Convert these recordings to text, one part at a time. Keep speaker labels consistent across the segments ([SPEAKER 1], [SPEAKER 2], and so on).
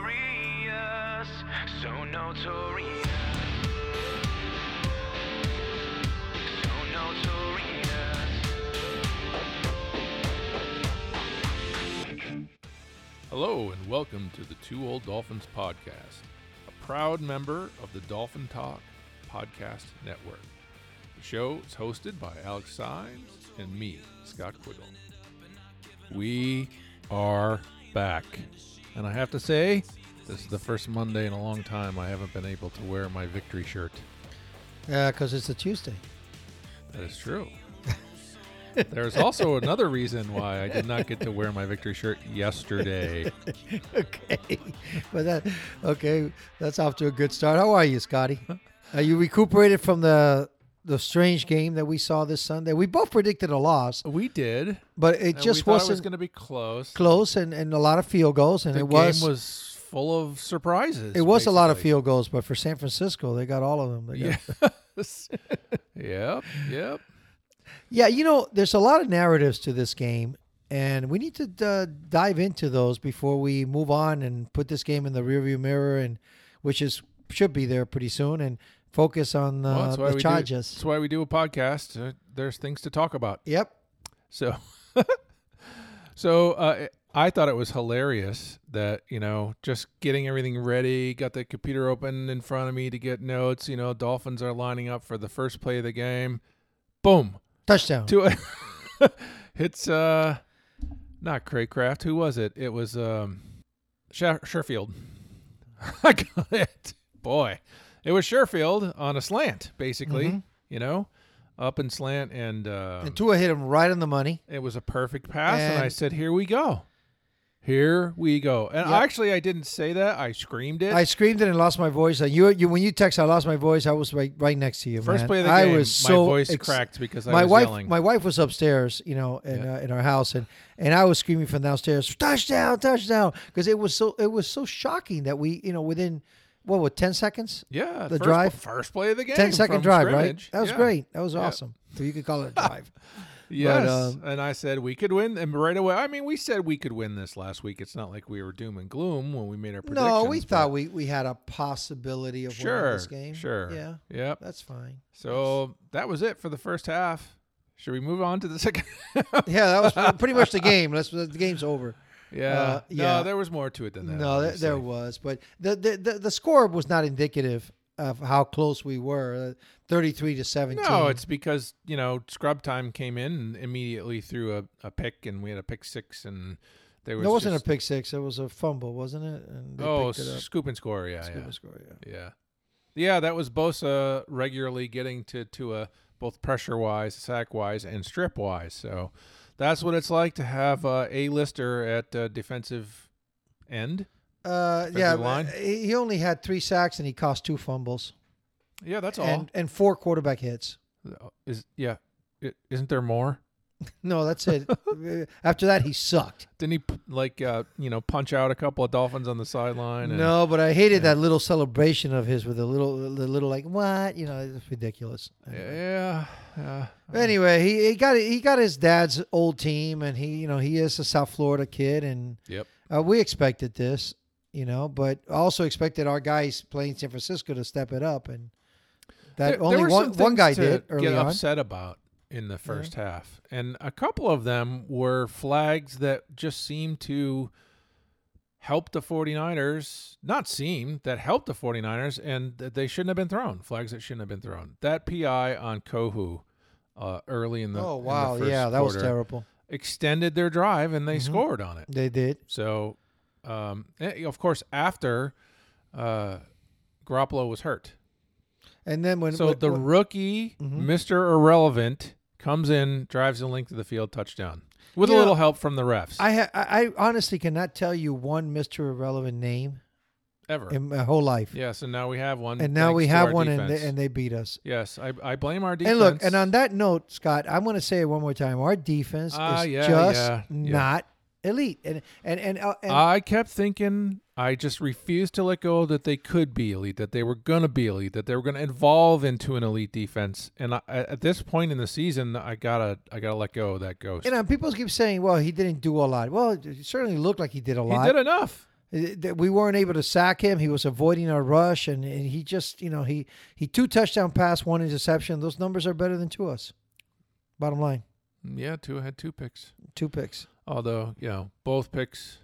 [SPEAKER 1] Notorious, so notorious. So notorious.
[SPEAKER 2] Hello, and welcome to the Two Old Dolphins Podcast, a proud member of the Dolphin Talk Podcast Network. The show is hosted by Alex Symes and me, Scott Quiggle. We are back. And I have to say, this is the first Monday in a long time I haven't been able to wear my victory shirt.
[SPEAKER 3] Yeah, because it's a Tuesday.
[SPEAKER 2] That is true. There's also another reason why I did not get to wear my victory shirt yesterday.
[SPEAKER 3] Okay, but that okay. That's off to a good start. How are you, Scotty? Are you recuperated from the the strange game that we saw this Sunday? We both predicted a loss,
[SPEAKER 2] We did.
[SPEAKER 3] but it
[SPEAKER 2] And we
[SPEAKER 3] just
[SPEAKER 2] thought
[SPEAKER 3] wasn't
[SPEAKER 2] it was going to be close.
[SPEAKER 3] close, and, and a lot of field goals, and
[SPEAKER 2] the game
[SPEAKER 3] it was,
[SPEAKER 2] was, full of surprises.
[SPEAKER 3] it was a lot of
[SPEAKER 2] basically.
[SPEAKER 3] field goals. But for San Francisco, they got all of them. They got-
[SPEAKER 2] Yes. yep.
[SPEAKER 3] Uh,
[SPEAKER 2] Yep.
[SPEAKER 3] Yeah, you know, there's a lot of narratives to this game, and we need to uh, dive into those before we move on and put this game in the rearview mirror, and which is should be there pretty soon, and focus on
[SPEAKER 2] Well,
[SPEAKER 3] uh,
[SPEAKER 2] that's why
[SPEAKER 3] the
[SPEAKER 2] we do.
[SPEAKER 3] charges.
[SPEAKER 2] That's why we do a podcast. Uh, there's things to talk about.
[SPEAKER 3] Yep.
[SPEAKER 2] So, so uh, I thought it was hilarious that you know just getting everything ready, got the computer open in front of me to get notes. You know, Dolphins are lining up for the first play of the game. Boom.
[SPEAKER 3] Touchdown.
[SPEAKER 2] to a it's uh not Craycraft. Who was it? It was um Sher- Sherfield. I got it. Boy. It was Sherfield on a slant, basically. You know? Up and slant and uh
[SPEAKER 3] Mm-hmm. and Tua hit him right on the money.
[SPEAKER 2] it was a perfect pass and, I
[SPEAKER 3] And-
[SPEAKER 2] said, Here we go. Here we go. And
[SPEAKER 3] Yep.
[SPEAKER 2] actually I didn't say that. I screamed it.
[SPEAKER 3] I screamed it and lost my voice. And you, you, when you text, I lost my voice. I was right, right next to you.
[SPEAKER 2] First
[SPEAKER 3] man.
[SPEAKER 2] play of the
[SPEAKER 3] I
[SPEAKER 2] game,
[SPEAKER 3] was
[SPEAKER 2] my
[SPEAKER 3] so
[SPEAKER 2] voice
[SPEAKER 3] ex-
[SPEAKER 2] cracked because I
[SPEAKER 3] my
[SPEAKER 2] was
[SPEAKER 3] wife,
[SPEAKER 2] yelling.
[SPEAKER 3] my wife was upstairs, you know, in, uh, in our house, and and I was screaming from downstairs, touchdown, touchdown, because it was so it was so shocking that we, you know, within what what ten seconds,
[SPEAKER 2] yeah,
[SPEAKER 3] the
[SPEAKER 2] first,
[SPEAKER 3] drive.
[SPEAKER 2] first play of the game,
[SPEAKER 3] ten second
[SPEAKER 2] from
[SPEAKER 3] drive,
[SPEAKER 2] scrimmage.
[SPEAKER 3] right? That was
[SPEAKER 2] Yeah.
[SPEAKER 3] great. That was awesome. So you could call it a drive.
[SPEAKER 2] Yes,
[SPEAKER 3] um,
[SPEAKER 2] and I said we could win, and right away. I mean, we said we could win this last week. It's not like we were doom and gloom when we made our predictions.
[SPEAKER 3] no, we
[SPEAKER 2] but-
[SPEAKER 3] thought we we had a possibility of winning
[SPEAKER 2] sure,
[SPEAKER 3] this game.
[SPEAKER 2] sure,
[SPEAKER 3] yeah,
[SPEAKER 2] yep.
[SPEAKER 3] that's fine.
[SPEAKER 2] So that was it for the first half. Should we move on to the second? half?
[SPEAKER 3] Yeah, that was pretty much the game. Let's the game's over.
[SPEAKER 2] yeah,
[SPEAKER 3] Uh,
[SPEAKER 2] no,
[SPEAKER 3] yeah.
[SPEAKER 2] there was more to it than that.
[SPEAKER 3] No, there, there
[SPEAKER 2] obviously.
[SPEAKER 3] was, but the, the the the score was not indicative of how close we were. Uh, Thirty-three to seventeen.
[SPEAKER 2] No, it's because you know scrub time came in and immediately threw a, a pick, and we had a pick six, and there was
[SPEAKER 3] That wasn't
[SPEAKER 2] just-
[SPEAKER 3] a pick six. It was a fumble, wasn't it? And they
[SPEAKER 2] oh
[SPEAKER 3] picked it up.
[SPEAKER 2] scoop and score. Yeah,
[SPEAKER 3] Scoop
[SPEAKER 2] yeah.
[SPEAKER 3] and score, yeah.
[SPEAKER 2] Yeah. Yeah, that was Bosa regularly getting to to a both pressure wise, sack wise, and strip wise. So that's what it's like to have uh, a lister at uh, defensive end.
[SPEAKER 3] Uh, yeah,
[SPEAKER 2] Offensive line?
[SPEAKER 3] uh, he he only had three sacks and he cost two fumbles
[SPEAKER 2] Yeah, that's all.
[SPEAKER 3] and, and four quarterback hits.
[SPEAKER 2] Is yeah, is isn't there more?
[SPEAKER 3] No, that's it. Uh, After that, he sucked.
[SPEAKER 2] Didn't he p- like uh, you know punch out a couple of dolphins on the sideline? and-
[SPEAKER 3] No, but I hated that little celebration of his with a little, the little like what you know, it's ridiculous.
[SPEAKER 2] Yeah. yeah.
[SPEAKER 3] Anyway, he, he got he got his dad's old team, and he you know he is a South Florida kid, and
[SPEAKER 2] Yep.
[SPEAKER 3] uh, we expected this, you know, but also expected our guys playing San Francisco to step it up, and that
[SPEAKER 2] There- there
[SPEAKER 3] only
[SPEAKER 2] were
[SPEAKER 3] one
[SPEAKER 2] some
[SPEAKER 3] one
[SPEAKER 2] things
[SPEAKER 3] guy
[SPEAKER 2] to
[SPEAKER 3] did early
[SPEAKER 2] get
[SPEAKER 3] on.
[SPEAKER 2] upset about in the first half, and a couple of them were flags that just seemed to help the 49ers not seem that helped the 49ers and that they shouldn't have been thrown flags that shouldn't have been thrown that pi on kohu uh, early in the
[SPEAKER 3] oh
[SPEAKER 2] in the
[SPEAKER 3] wow,
[SPEAKER 2] first
[SPEAKER 3] yeah, that was
[SPEAKER 2] quarter
[SPEAKER 3] terrible. Mm-hmm.
[SPEAKER 2] extended their drive and they scored on it
[SPEAKER 3] They did.
[SPEAKER 2] so, um, eh, of course, after uh, Garoppolo was hurt,
[SPEAKER 3] And Mm-hmm. then when
[SPEAKER 2] so
[SPEAKER 3] when-
[SPEAKER 2] the
[SPEAKER 3] when-
[SPEAKER 2] rookie, Mr. Irrelevant, comes in, drives the length of the field, touchdown, with a
[SPEAKER 3] You
[SPEAKER 2] little
[SPEAKER 3] know,
[SPEAKER 2] help from the refs.
[SPEAKER 3] I, ha- I I honestly cannot tell you one Mister Irrelevant name.
[SPEAKER 2] ever.
[SPEAKER 3] in my whole life.
[SPEAKER 2] yes, and now we have one.
[SPEAKER 3] And now
[SPEAKER 2] thanks
[SPEAKER 3] we
[SPEAKER 2] to
[SPEAKER 3] have
[SPEAKER 2] our
[SPEAKER 3] one, and
[SPEAKER 2] defense.
[SPEAKER 3] they, and they beat us.
[SPEAKER 2] yes, I, I blame our defense.
[SPEAKER 3] And look, and on that note, Scott, I'm going to say it one more time. Our defense
[SPEAKER 2] Ah,
[SPEAKER 3] is
[SPEAKER 2] yeah,
[SPEAKER 3] just
[SPEAKER 2] yeah, yeah. Ah.
[SPEAKER 3] not elite, and and and, uh, and
[SPEAKER 2] I kept thinking, I just refused to let go that they could be elite, that they were going to be elite, that they were going to evolve into an elite defense. And I, at this point in the season, I gotta, I gotta let go of that ghost.
[SPEAKER 3] you know, people keep saying, "Well, he didn't do a lot." Well, it certainly looked like he did a
[SPEAKER 2] he
[SPEAKER 3] lot.
[SPEAKER 2] did enough.
[SPEAKER 3] Uh, that we weren't able to sack him. He was avoiding our rush, and, and he just, you know, he he two touchdown pass, one interception. Those numbers are better than to us. Bottom line,
[SPEAKER 2] Yeah, two had two picks.
[SPEAKER 3] two picks.
[SPEAKER 2] Although, you know, both picks.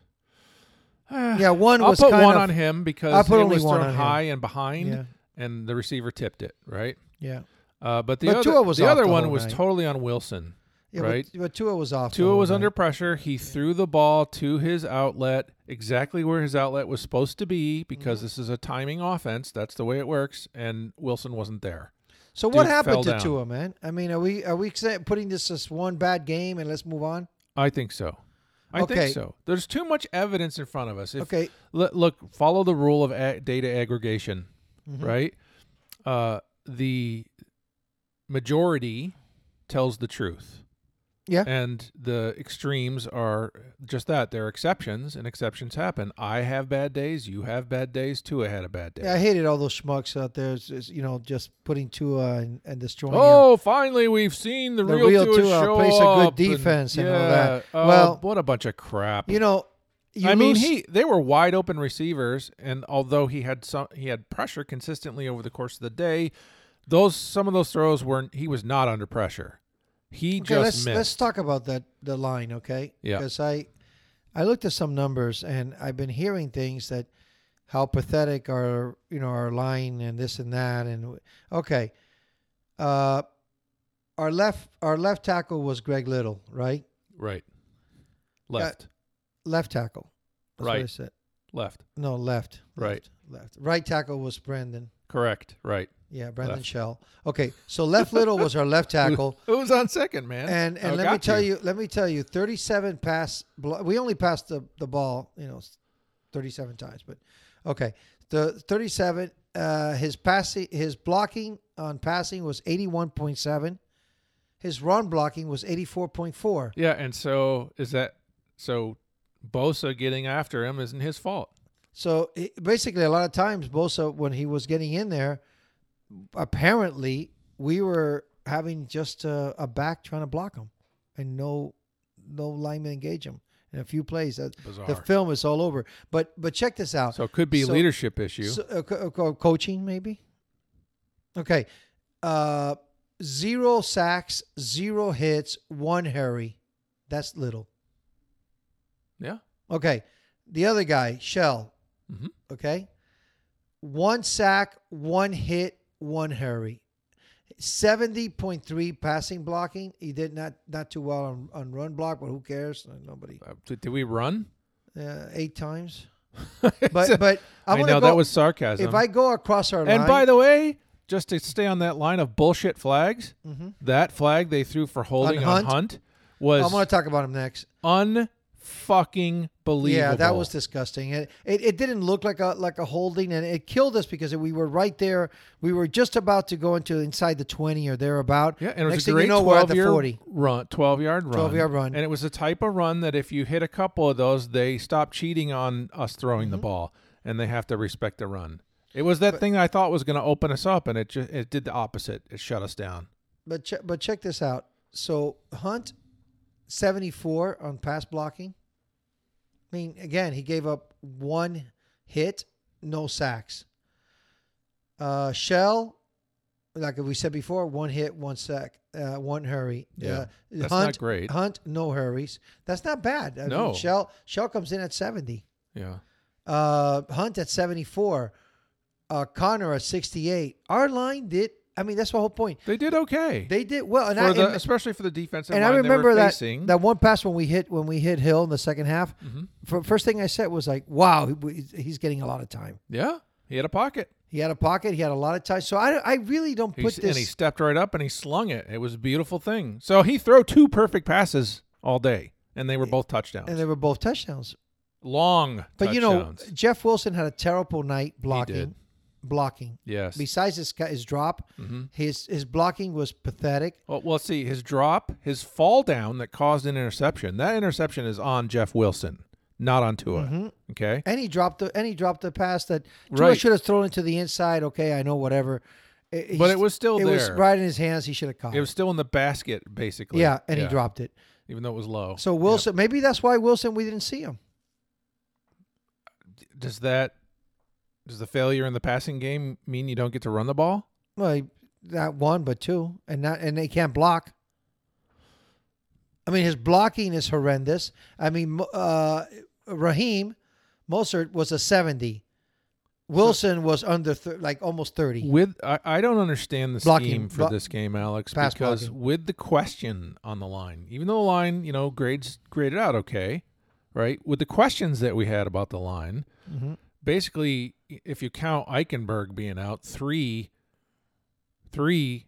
[SPEAKER 3] Yeah, one
[SPEAKER 2] I'll
[SPEAKER 3] was
[SPEAKER 2] put
[SPEAKER 3] kind
[SPEAKER 2] one
[SPEAKER 3] of-
[SPEAKER 2] on him because
[SPEAKER 3] I put
[SPEAKER 2] it
[SPEAKER 3] only
[SPEAKER 2] was
[SPEAKER 3] one
[SPEAKER 2] thrown
[SPEAKER 3] on him.
[SPEAKER 2] high and behind,
[SPEAKER 3] Yeah.
[SPEAKER 2] and the receiver tipped it right.
[SPEAKER 3] Yeah,
[SPEAKER 2] Uh, but the
[SPEAKER 3] But
[SPEAKER 2] other,
[SPEAKER 3] Tua was
[SPEAKER 2] the
[SPEAKER 3] off
[SPEAKER 2] other
[SPEAKER 3] the
[SPEAKER 2] one
[SPEAKER 3] whole
[SPEAKER 2] was
[SPEAKER 3] night.
[SPEAKER 2] totally on Wilson.
[SPEAKER 3] yeah
[SPEAKER 2] Right.
[SPEAKER 3] But, but Tua was off. the
[SPEAKER 2] Tua
[SPEAKER 3] whole
[SPEAKER 2] was
[SPEAKER 3] night.
[SPEAKER 2] under pressure. He threw the ball to his outlet, exactly where his outlet was supposed to be, because
[SPEAKER 3] Mm-hmm.
[SPEAKER 2] this is a timing offense. That's the way it works. And Wilson wasn't there.
[SPEAKER 3] So
[SPEAKER 2] Duke
[SPEAKER 3] what
[SPEAKER 2] fell
[SPEAKER 3] happened to
[SPEAKER 2] down.
[SPEAKER 3] Tua, man? I mean, are we are we say- putting this as one bad game and let's move on?
[SPEAKER 2] I think so. I
[SPEAKER 3] Okay.
[SPEAKER 2] think so. There's too much evidence in front of us. If,
[SPEAKER 3] Okay.
[SPEAKER 2] l- look, follow the rule of a- data aggregation,
[SPEAKER 3] Mm-hmm.
[SPEAKER 2] right? Uh, the majority tells the truth.
[SPEAKER 3] Yeah.
[SPEAKER 2] And the extremes are just that. They're exceptions, and exceptions happen. I have bad days. You have bad days. Tua had a bad day.
[SPEAKER 3] Yeah, I hated all those schmucks out there. It's- it's, you know, just putting Tua and, and destroying him.
[SPEAKER 2] Oh, finally, we've seen the,
[SPEAKER 3] The
[SPEAKER 2] real,
[SPEAKER 3] real
[SPEAKER 2] Tua,
[SPEAKER 3] Tua
[SPEAKER 2] show
[SPEAKER 3] plays a good
[SPEAKER 2] up
[SPEAKER 3] defense and all
[SPEAKER 2] yeah,
[SPEAKER 3] that.
[SPEAKER 2] oh,
[SPEAKER 3] Well,
[SPEAKER 2] what a bunch of crap.
[SPEAKER 3] You know, you
[SPEAKER 2] I mean,
[SPEAKER 3] lose-
[SPEAKER 2] he they were wide open receivers, and although he had some, he had pressure consistently over the course of the day. Those some of those throws were he was not under pressure. He
[SPEAKER 3] Okay,
[SPEAKER 2] just
[SPEAKER 3] let's
[SPEAKER 2] missed.
[SPEAKER 3] let's talk about that the line, okay?
[SPEAKER 2] Yeah.
[SPEAKER 3] Because I I looked at some numbers and I've been hearing things that how pathetic our you know our line and this and that and okay, uh, our left our left tackle was Greg Little, right?
[SPEAKER 2] right,
[SPEAKER 3] Uh,
[SPEAKER 2] left,
[SPEAKER 3] Left tackle. That's What I
[SPEAKER 2] Right.
[SPEAKER 3] said.
[SPEAKER 2] left,
[SPEAKER 3] No, left.
[SPEAKER 2] Right.
[SPEAKER 3] Left. left. Right tackle was Brandon.
[SPEAKER 2] correct, right.
[SPEAKER 3] Yeah, Brandon
[SPEAKER 2] Left.
[SPEAKER 3] Shell. Okay, so left Little was our left tackle.
[SPEAKER 2] Who was on second, man?
[SPEAKER 3] And
[SPEAKER 2] I
[SPEAKER 3] and let me
[SPEAKER 2] Oh, got
[SPEAKER 3] tell you. let me tell you, 37 pass. blo- We only passed the, the ball, you know, 37 times. But okay, the 37. Uh, his passing, his blocking on passing was 81.7. His run blocking was 84.4.
[SPEAKER 2] Yeah, and so is that so? Bosa getting after him isn't his fault.
[SPEAKER 3] So it, basically, a lot of times Bosa, when he was getting in there, apparently we were having just a, a back trying to block him, and no no lineman engage him in a few plays. That, the
[SPEAKER 2] Bizarre.
[SPEAKER 3] film is all over. But but check this out.
[SPEAKER 2] So it could be a
[SPEAKER 3] So-
[SPEAKER 2] leadership issue.
[SPEAKER 3] So, uh, co- co- coaching maybe. Okay, uh, zero sacks, zero hits, one hurry. That's little.
[SPEAKER 2] yeah,
[SPEAKER 3] Okay. The other guy, Shell.
[SPEAKER 2] Mhm.
[SPEAKER 3] Okay. One sack, one hit, one hurry. 70.3 passing blocking. He did not not too well on, on run block, but who cares? Nobody.
[SPEAKER 2] uh, did, did we run?
[SPEAKER 3] Uh, eight times. But but I
[SPEAKER 2] I,
[SPEAKER 3] want to
[SPEAKER 2] know
[SPEAKER 3] go
[SPEAKER 2] that was sarcasm.
[SPEAKER 3] if I go across our line.
[SPEAKER 2] And by the way, just to stay on that line of bullshit flags, that flag they threw for holding
[SPEAKER 3] Mm-hmm. On
[SPEAKER 2] on
[SPEAKER 3] Hunt?
[SPEAKER 2] Hunt
[SPEAKER 3] I'm going
[SPEAKER 2] was
[SPEAKER 3] to talk about him next.
[SPEAKER 2] unfucking believable.
[SPEAKER 3] Yeah, that was disgusting. It, it it didn't look like a like a holding, and it killed us because we were right there. We were just about to go into inside the twenty or thereabout.
[SPEAKER 2] yeah, and it
[SPEAKER 3] next
[SPEAKER 2] was a
[SPEAKER 3] thing
[SPEAKER 2] great
[SPEAKER 3] you know, we're at
[SPEAKER 2] twelve
[SPEAKER 3] the
[SPEAKER 2] year
[SPEAKER 3] forty.
[SPEAKER 2] run, twelve yard run,
[SPEAKER 3] 12-yard run.
[SPEAKER 2] and it was the type of run that if you hit a couple of those, they stop cheating on us throwing
[SPEAKER 3] Mm-hmm.
[SPEAKER 2] the ball, and they have to respect the run. It was that thing I thought was going to open us up, and it just it did the opposite. It shut us down.
[SPEAKER 3] But che- but check this out. So Hunt, seventy four on pass blocking. I mean, again, he gave up one hit, no sacks. Uh, Shell, like we said before, one hit, one sack, uh, one hurry.
[SPEAKER 2] Yeah,
[SPEAKER 3] uh,
[SPEAKER 2] that's not
[SPEAKER 3] Hunt,
[SPEAKER 2] great.
[SPEAKER 3] Hunt, no hurries. That's not bad. I
[SPEAKER 2] No.
[SPEAKER 3] mean, Shell Shell comes in at seventy.
[SPEAKER 2] Yeah,
[SPEAKER 3] Uh, Hunt at seventy four. Uh, Connor at sixty eight. Our line did. I mean, that's my whole point.
[SPEAKER 2] they did okay.
[SPEAKER 3] They did well, and I,
[SPEAKER 2] for the,
[SPEAKER 3] and-
[SPEAKER 2] especially for the defensive
[SPEAKER 3] and
[SPEAKER 2] line
[SPEAKER 3] I
[SPEAKER 2] they
[SPEAKER 3] remember
[SPEAKER 2] were
[SPEAKER 3] that
[SPEAKER 2] facing. Mm-hmm.
[SPEAKER 3] that one pass when we hit when we hit Hill in the second half. fir- first thing I said was like, "Wow, he- he's getting a lot of time.
[SPEAKER 2] yeah, he had a pocket.
[SPEAKER 3] He had a pocket. He had a lot of time." So I, I really don't put
[SPEAKER 2] He's-
[SPEAKER 3] this.
[SPEAKER 2] and he stepped right up and he slung it. It was a beautiful thing. So he threw two perfect passes all day, and they were both touchdowns.
[SPEAKER 3] and they were both touchdowns.
[SPEAKER 2] long
[SPEAKER 3] But you know,
[SPEAKER 2] touchdowns.
[SPEAKER 3] Jeff Wilson had a terrible night blocking.
[SPEAKER 2] did.
[SPEAKER 3] Blocking.
[SPEAKER 2] yes. Mm-hmm.
[SPEAKER 3] Besides his ca- his drop, his his blocking was pathetic.
[SPEAKER 2] Well, well, see, his drop, his fall down that caused an interception. That interception is on Jeff Wilson, not on Tua.
[SPEAKER 3] Mm-hmm.
[SPEAKER 2] Okay.
[SPEAKER 3] And he dropped the and he dropped the pass that Tua
[SPEAKER 2] Right.
[SPEAKER 3] should have thrown it to the inside. Okay, I know whatever. It,
[SPEAKER 2] But
[SPEAKER 3] he's-
[SPEAKER 2] it was still
[SPEAKER 3] it was
[SPEAKER 2] there.
[SPEAKER 3] right in his hands. He should have caught.
[SPEAKER 2] It
[SPEAKER 3] It
[SPEAKER 2] was still in the basket, basically.
[SPEAKER 3] yeah, and he dropped it.
[SPEAKER 2] even though it was low.
[SPEAKER 3] So Wilson, maybe that's why Wilson we didn't see him.
[SPEAKER 2] Yeah. does that does the failure in the passing game mean you don't get to run the ball?
[SPEAKER 3] Well, he- not one, but two, and not and they can't block. I mean, his blocking is horrendous. I mean, Mo- uh, Raheem Mostert was a seventy. Wilson was under th- like almost thirty.
[SPEAKER 2] With I, I don't understand the
[SPEAKER 3] Blocking,
[SPEAKER 2] scheme for
[SPEAKER 3] blo-
[SPEAKER 2] this game, Alex,
[SPEAKER 3] pass
[SPEAKER 2] because
[SPEAKER 3] blocking.
[SPEAKER 2] with the question on the line, even though the line, you know, grades graded out okay, right? With the questions that we had about the line,
[SPEAKER 3] Mm-hmm.
[SPEAKER 2] basically, i- if you count Eichenberg being out, three, three